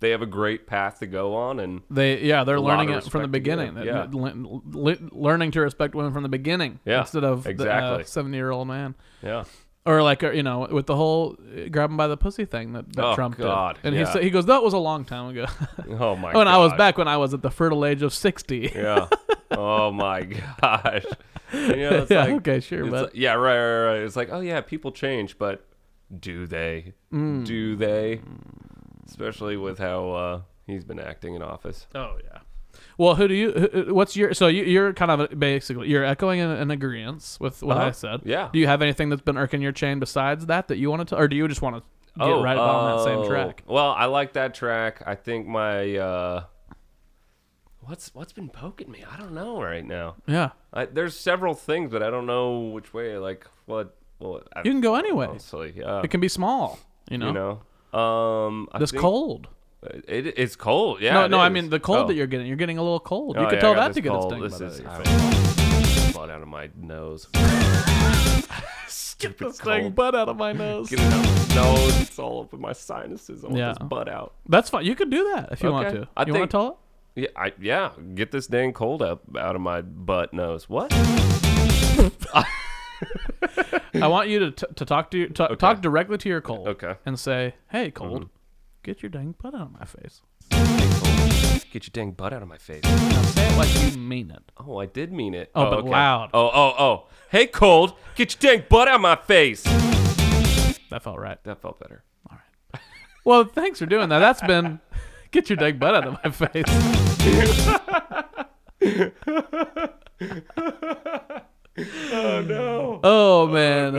[SPEAKER 2] they have a great path to go on, and
[SPEAKER 1] They yeah, they're
[SPEAKER 2] lot
[SPEAKER 1] learning
[SPEAKER 2] of
[SPEAKER 1] it from the
[SPEAKER 2] respect to
[SPEAKER 1] beginning.
[SPEAKER 2] give,
[SPEAKER 1] That-
[SPEAKER 2] yeah.
[SPEAKER 1] le- le- learning to respect women from the beginning
[SPEAKER 2] Yeah,
[SPEAKER 1] instead of the
[SPEAKER 2] exactly.
[SPEAKER 1] seventy-year-old man.
[SPEAKER 2] yeah,
[SPEAKER 1] Or like uh, you know, with the whole uh, grab him by the pussy thing that, that
[SPEAKER 2] Oh,
[SPEAKER 1] Trump
[SPEAKER 2] God,
[SPEAKER 1] did, and
[SPEAKER 2] yeah.
[SPEAKER 1] he said he goes, "That was a long time ago." when
[SPEAKER 2] oh my.
[SPEAKER 1] I was
[SPEAKER 2] God.
[SPEAKER 1] back when I was at the fertile age of sixty.
[SPEAKER 2] Yeah. Oh my gosh. You know, it's
[SPEAKER 1] Yeah,
[SPEAKER 2] like-
[SPEAKER 1] okay, sure,
[SPEAKER 2] it's
[SPEAKER 1] but-
[SPEAKER 2] like- yeah, right, right, right. It's like, oh yeah, people change, but do they?
[SPEAKER 1] Mm.
[SPEAKER 2] Do they? Especially with how uh, he's been acting in office.
[SPEAKER 1] Oh yeah. Well, who do you? Who, what's your? So you, you're kind of basically you're echoing an, an agreement with what I
[SPEAKER 2] Uh-huh.
[SPEAKER 1] said.
[SPEAKER 2] Yeah.
[SPEAKER 1] Do you have anything that's been irking your chain besides that that you want to, or do you just want to get right on that
[SPEAKER 2] oh.
[SPEAKER 1] same track?
[SPEAKER 2] Well, I like that track. I think my uh what's what's been poking me? I don't know right now.
[SPEAKER 1] Yeah.
[SPEAKER 2] I, there's several things, but I don't know which way. Like what Well, I,
[SPEAKER 1] You can go anyway.
[SPEAKER 2] Honestly, yeah.
[SPEAKER 1] It can be small. You know,
[SPEAKER 2] you know, um, I
[SPEAKER 1] this
[SPEAKER 2] think-
[SPEAKER 1] cold.
[SPEAKER 2] It, it's cold. Yeah.
[SPEAKER 1] no,
[SPEAKER 2] it
[SPEAKER 1] no. I
[SPEAKER 2] is.
[SPEAKER 1] mean the cold
[SPEAKER 2] Oh.
[SPEAKER 1] that you're getting. You're getting a little cold.
[SPEAKER 2] Oh,
[SPEAKER 1] you could
[SPEAKER 2] yeah,
[SPEAKER 1] tell
[SPEAKER 2] I got
[SPEAKER 1] that
[SPEAKER 2] this
[SPEAKER 1] to get
[SPEAKER 2] cold.
[SPEAKER 1] a sting.
[SPEAKER 2] This
[SPEAKER 1] by the
[SPEAKER 2] is
[SPEAKER 1] way.
[SPEAKER 2] I- blood out of my nose.
[SPEAKER 1] Get the
[SPEAKER 2] Stupid
[SPEAKER 1] sting
[SPEAKER 2] cold.
[SPEAKER 1] butt out of my nose.
[SPEAKER 2] Get it out of my nose. It's all up in my sinuses. I want
[SPEAKER 1] Yeah.
[SPEAKER 2] this butt out.
[SPEAKER 1] That's fine. You could do that if you want
[SPEAKER 2] Okay.
[SPEAKER 1] to.
[SPEAKER 2] I
[SPEAKER 1] you want
[SPEAKER 2] think-
[SPEAKER 1] to tell it?
[SPEAKER 2] Yeah, I, yeah. Get this dang cold up out of my butt nose. What?
[SPEAKER 1] I want you to, t- to talk to your, t- talk directly to your cold.
[SPEAKER 2] Okay. Mm-hmm.
[SPEAKER 1] And say, "Hey, cold, get your dang butt out of my face."
[SPEAKER 2] Get your dang butt out of my face.
[SPEAKER 1] Now say it like you mean it.
[SPEAKER 2] Oh, I did mean it.
[SPEAKER 1] Oh, but loud.
[SPEAKER 2] Oh, oh, oh. Hey, cold. Get your dang butt out of my face.
[SPEAKER 1] That felt right.
[SPEAKER 2] That felt better.
[SPEAKER 1] Well, thanks for doing that. That's been get your dang butt out of my face. oh no. Oh man.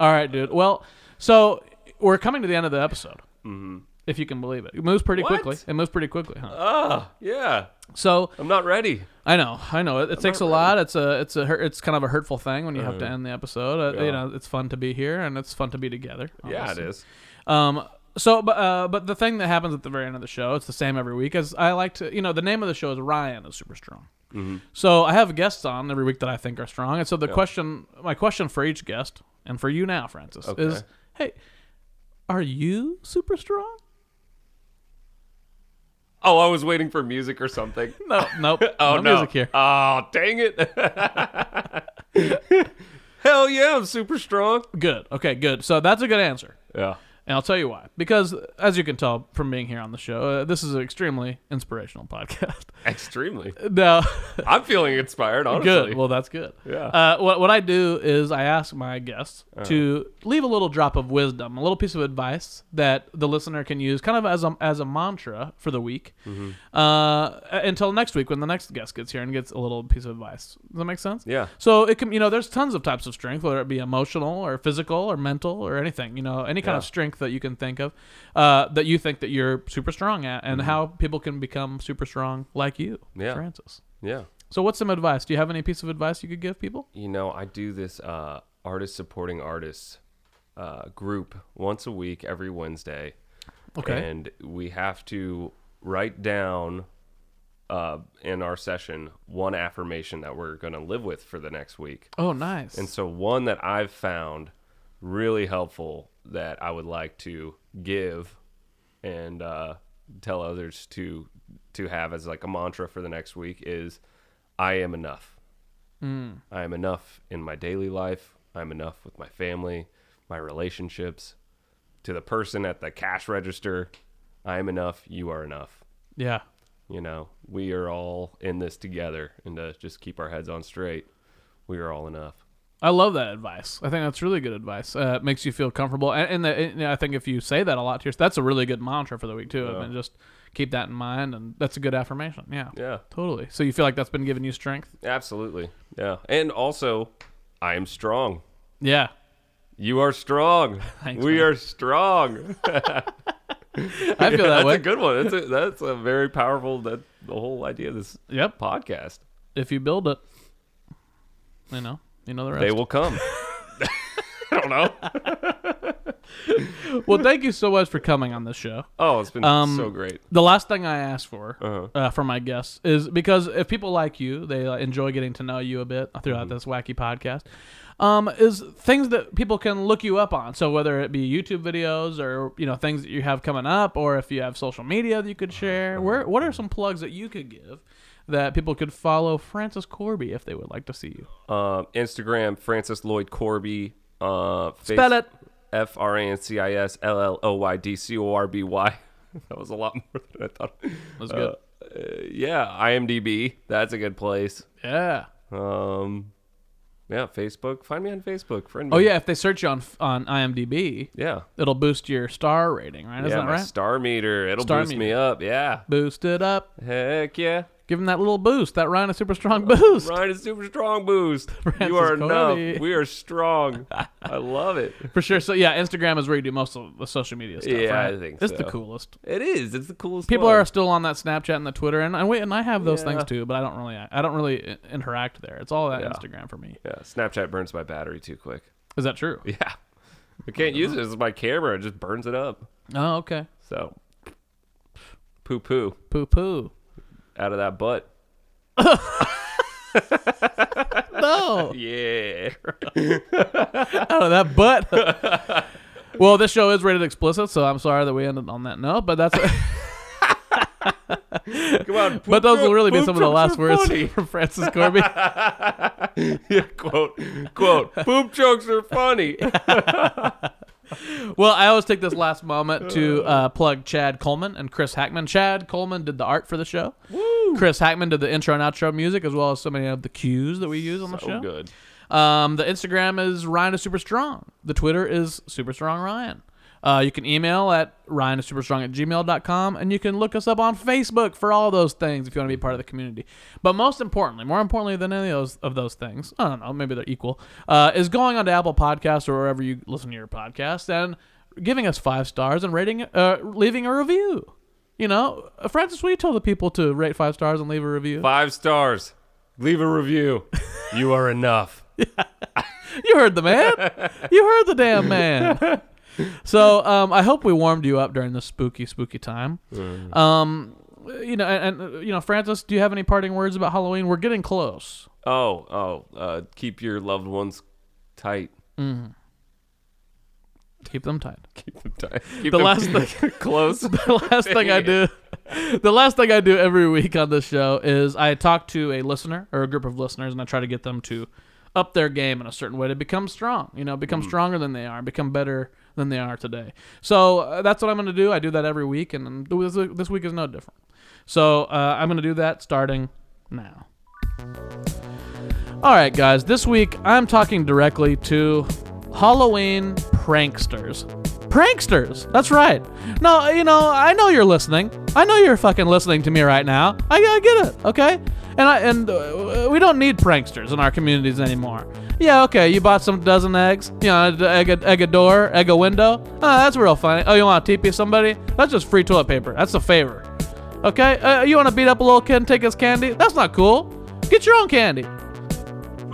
[SPEAKER 1] All right, dude. Well, so we're coming to the end of the episode. Mm-hmm. If you can believe it, it moves pretty
[SPEAKER 2] What?
[SPEAKER 1] quickly. It moves pretty quickly, huh?
[SPEAKER 2] Ah, yeah.
[SPEAKER 1] so
[SPEAKER 2] I'm not ready.
[SPEAKER 1] I know, I know. It, it takes a lot. It's a, it's a, hurt- it's kind of a hurtful thing when you have to end the episode. Uh, You
[SPEAKER 2] yeah.
[SPEAKER 1] know, it's fun to be here and it's fun to be together.
[SPEAKER 2] Yeah, it
[SPEAKER 1] obviously.
[SPEAKER 2] is.
[SPEAKER 1] Um, so, but uh, but the thing that happens at the very end of the show, it's the same every week. As I like to, you know, the name of the show is Ryan is super strong. So I have guests on every week that I think are strong, and so the question, my question for each guest and for you now, Francis, is, hey, are you super strong?
[SPEAKER 2] Oh, I was waiting for music or something.
[SPEAKER 1] No, nope.
[SPEAKER 2] Oh
[SPEAKER 1] no,
[SPEAKER 2] no!
[SPEAKER 1] music here.
[SPEAKER 2] Oh dang it! Hell yeah, I'm super strong.
[SPEAKER 1] Good. Okay, good. So that's a good answer.
[SPEAKER 2] Yeah.
[SPEAKER 1] And I'll tell you why. Because, as you can tell from being here on the show, uh, this is an extremely inspirational podcast.
[SPEAKER 2] Extremely.
[SPEAKER 1] now,
[SPEAKER 2] I'm feeling inspired, honestly.
[SPEAKER 1] good. Well, that's good.
[SPEAKER 2] Yeah. Uh-huh.
[SPEAKER 1] Uh, what, what I do is I ask my guests to leave a little drop of wisdom, a little piece of advice that the listener can use kind of as a, as a mantra for the week
[SPEAKER 2] Mm-hmm.
[SPEAKER 1] uh, until next week when the next guest gets here and gets a little piece of advice. Does that make sense?
[SPEAKER 2] Yeah.
[SPEAKER 1] So it can, you know, there's tons of types of strength, whether it be emotional or physical or mental or anything, you know, any kind of
[SPEAKER 2] Yeah.
[SPEAKER 1] strength that you can think of uh, that you think that you're super strong at and how people can become super strong like you,
[SPEAKER 2] Mm-hmm. Yeah.
[SPEAKER 1] Francis.
[SPEAKER 2] yeah.
[SPEAKER 1] So what's some advice? Do you have any piece of advice you could give people?
[SPEAKER 2] You know, I do this uh, artist supporting artists uh, group once a week, every Wednesday.
[SPEAKER 1] Okay.
[SPEAKER 2] And we have to write down uh, in our session one affirmation that we're going to live with for the next week.
[SPEAKER 1] oh, nice.
[SPEAKER 2] And so one that I've found really helpful that I would like to give and uh, tell others to to have as like a mantra for the next week is I am enough. I am enough in my daily life. I'm enough with my family, my relationships, to the person at the cash register. I am enough. You are enough.
[SPEAKER 1] yeah.
[SPEAKER 2] You know, we are all in this together and to just keep our heads on straight. We are all enough.
[SPEAKER 1] I love that advice. I think that's really good advice. Uh, it makes you feel comfortable, and, and, the, and I think if you say that a lot to yourself, that's a really good mantra for the week too. And just keep that in mind, and that's a good affirmation. Yeah,
[SPEAKER 2] Yeah.
[SPEAKER 1] totally. So you feel like that's been giving you strength.
[SPEAKER 2] Absolutely. Yeah. And also, I am strong.
[SPEAKER 1] Yeah,
[SPEAKER 2] You are strong.
[SPEAKER 1] Thanks,
[SPEAKER 2] we
[SPEAKER 1] man.
[SPEAKER 2] are strong.
[SPEAKER 1] I feel that
[SPEAKER 2] that's
[SPEAKER 1] way.
[SPEAKER 2] a good one. That's a, that's a very powerful. That the whole idea of this
[SPEAKER 1] yep.
[SPEAKER 2] podcast.
[SPEAKER 1] If you build it, you know, you know the rest.
[SPEAKER 2] They will come. I don't know.
[SPEAKER 1] well, thank you so much for coming on this show.
[SPEAKER 2] Oh, it's been
[SPEAKER 1] Um,
[SPEAKER 2] so great.
[SPEAKER 1] The last thing I ask for
[SPEAKER 2] Uh-huh.
[SPEAKER 1] uh for my guests is because if people like you, they uh, enjoy getting to know you a bit
[SPEAKER 2] Mm-hmm.
[SPEAKER 1] throughout this wacky podcast. Um, is things that people can look you up on. So whether it be YouTube videos or you know things that you have coming up, or if you have social media that you could share.
[SPEAKER 2] Mm-hmm.
[SPEAKER 1] Where what are some plugs that you could give that people could follow Francis Corby if they would like to see you?
[SPEAKER 2] Um, Instagram Francis Lloyd Corby. Uh, face-
[SPEAKER 1] Spell it.
[SPEAKER 2] F R A N C I S L L O Y D C O R B Y. That was a lot more than I thought.
[SPEAKER 1] That's good.
[SPEAKER 2] Uh, yeah, IMDb. That's a good place.
[SPEAKER 1] yeah.
[SPEAKER 2] Um, yeah, Facebook. Find me on Facebook, friend.
[SPEAKER 1] Oh
[SPEAKER 2] me.
[SPEAKER 1] yeah. If they search you on on IMDb,
[SPEAKER 2] yeah,
[SPEAKER 1] it'll boost your star rating, right? Isn't
[SPEAKER 2] yeah.
[SPEAKER 1] that
[SPEAKER 2] My
[SPEAKER 1] right?
[SPEAKER 2] star meter. It'll
[SPEAKER 1] Star
[SPEAKER 2] boost me
[SPEAKER 1] meter.
[SPEAKER 2] up. Yeah,
[SPEAKER 1] boost it up.
[SPEAKER 2] heck yeah.
[SPEAKER 1] Give him that little boost, that Ryan is super strong boost.
[SPEAKER 2] Ryan is super strong boost. you are
[SPEAKER 1] Corby.
[SPEAKER 2] enough. We are strong. I love it.
[SPEAKER 1] For sure. So yeah, Instagram is where you do most of the social media stuff.
[SPEAKER 2] Yeah,
[SPEAKER 1] right?
[SPEAKER 2] I think
[SPEAKER 1] it's the
[SPEAKER 2] so.
[SPEAKER 1] coolest.
[SPEAKER 2] It is. It's the coolest.
[SPEAKER 1] People
[SPEAKER 2] one.
[SPEAKER 1] are still on that Snapchat and the Twitter, and I wait, and I have those things
[SPEAKER 2] Yeah.
[SPEAKER 1] too, but I don't really, I don't really i- interact there. It's all that
[SPEAKER 2] Yeah.
[SPEAKER 1] Instagram for me.
[SPEAKER 2] Yeah, Snapchat burns my battery too quick.
[SPEAKER 1] Is that true?
[SPEAKER 2] Yeah. I can't use it. It's my camera. It just burns it up.
[SPEAKER 1] Oh, okay.
[SPEAKER 2] So, poo poo
[SPEAKER 1] Poo poo.
[SPEAKER 2] out of that butt.
[SPEAKER 1] No,
[SPEAKER 2] Yeah.
[SPEAKER 1] Oh, out of that butt. well, this show is rated explicit, so I'm sorry that we ended on that note. But that's.
[SPEAKER 2] Come on.
[SPEAKER 1] but those will really be
[SPEAKER 2] poop
[SPEAKER 1] some of the
[SPEAKER 2] jokes
[SPEAKER 1] last
[SPEAKER 2] are
[SPEAKER 1] words
[SPEAKER 2] funny.
[SPEAKER 1] from Francis Corby.
[SPEAKER 2] Yeah, quote, quote, poop jokes are funny.
[SPEAKER 1] Well, I always take this last moment to uh, plug Chad Coleman and Chris Hackman. Chad Coleman did the art for the show. Chris Hackman did the intro and outro music, as well as so many of the cues that we use on the
[SPEAKER 2] So
[SPEAKER 1] show.
[SPEAKER 2] good.
[SPEAKER 1] Um, the Instagram is Ryan is super strong. The Twitter is super strong Ryan. Uh, you can email at Ryan is super strong at gmail.com and you can look us up on Facebook for all those things if you want to be part of the community. But most importantly, more importantly than any of those, of those things, I don't know, maybe they're equal, uh, is going onto Apple Podcasts or wherever you listen to your podcast and giving us five stars and rating, uh, leaving a review. You know, Francis, will you tell the people to rate five stars and leave a review?
[SPEAKER 2] Five stars. Leave a review. You are enough.
[SPEAKER 1] You heard the man. You heard the damn man. So um, I hope we warmed you up during this spooky, spooky time. Um, you know, and, and uh, you know, Francis, do you have any parting words about Halloween? We're getting close.
[SPEAKER 2] Oh, oh, uh, keep your loved ones tight.
[SPEAKER 1] Keep them tight.
[SPEAKER 2] Keep them tight. Keep
[SPEAKER 1] The
[SPEAKER 2] them
[SPEAKER 1] last thing-
[SPEAKER 2] close.
[SPEAKER 1] the last thing I do, the last thing I do every week on this show is I talk to a listener or a group of listeners, and I try to get them to up their game in a certain way to become strong. You know, become stronger than they are, become better than they are today. So uh, that's what I'm going to do. I do that every week, and um, this, this week is no different. So uh, I'm going to do that starting now. All right, guys. This week I'm talking directly to Halloween pranksters. Pranksters. That's right. No, you know I know you're listening. I know you're fucking listening to me right now. I, I get it. Okay. And I and uh, we don't need pranksters in our communities anymore. Yeah. Okay. You bought some dozen eggs. You know, d- egg a, egg a door, egg a window. Oh, that's real funny. Oh, you want to TP somebody? That's just free toilet paper. That's a favor. Okay. Uh, you want to beat up a little kid and take his candy? That's not cool. Get your own candy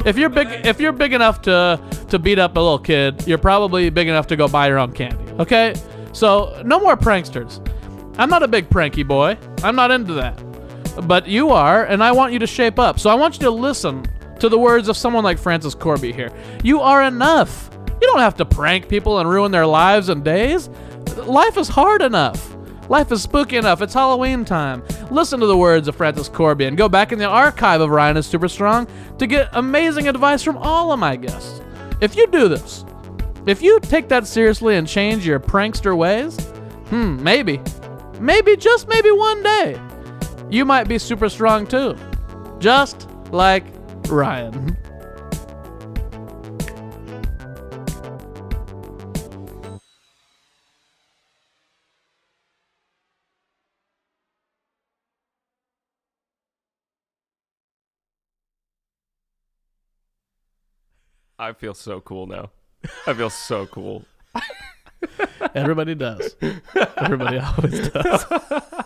[SPEAKER 1] if you're big if you're big enough to to beat up a little kid, you're probably big enough to go buy your own candy. Okay? So no more pranksters. I'm not a big pranky boy. I'm not into that. But you are, and I want you to shape up. So I want you to listen to the words of someone like Francis Corby here. You are enough. You don't have to prank people and ruin their lives and days. Life is hard enough. Life is spooky enough. It's Halloween time. Listen to the words of Francis Corby and go back in the archive of Ryan is Super Strong to get amazing advice from all of my guests. If you do this, if you take that seriously and change your prankster ways, hmm, maybe, maybe just maybe one day, you might be super strong too. Just like Ryan.
[SPEAKER 2] I feel so cool now. I feel so cool.
[SPEAKER 1] Everybody does. Everybody always does.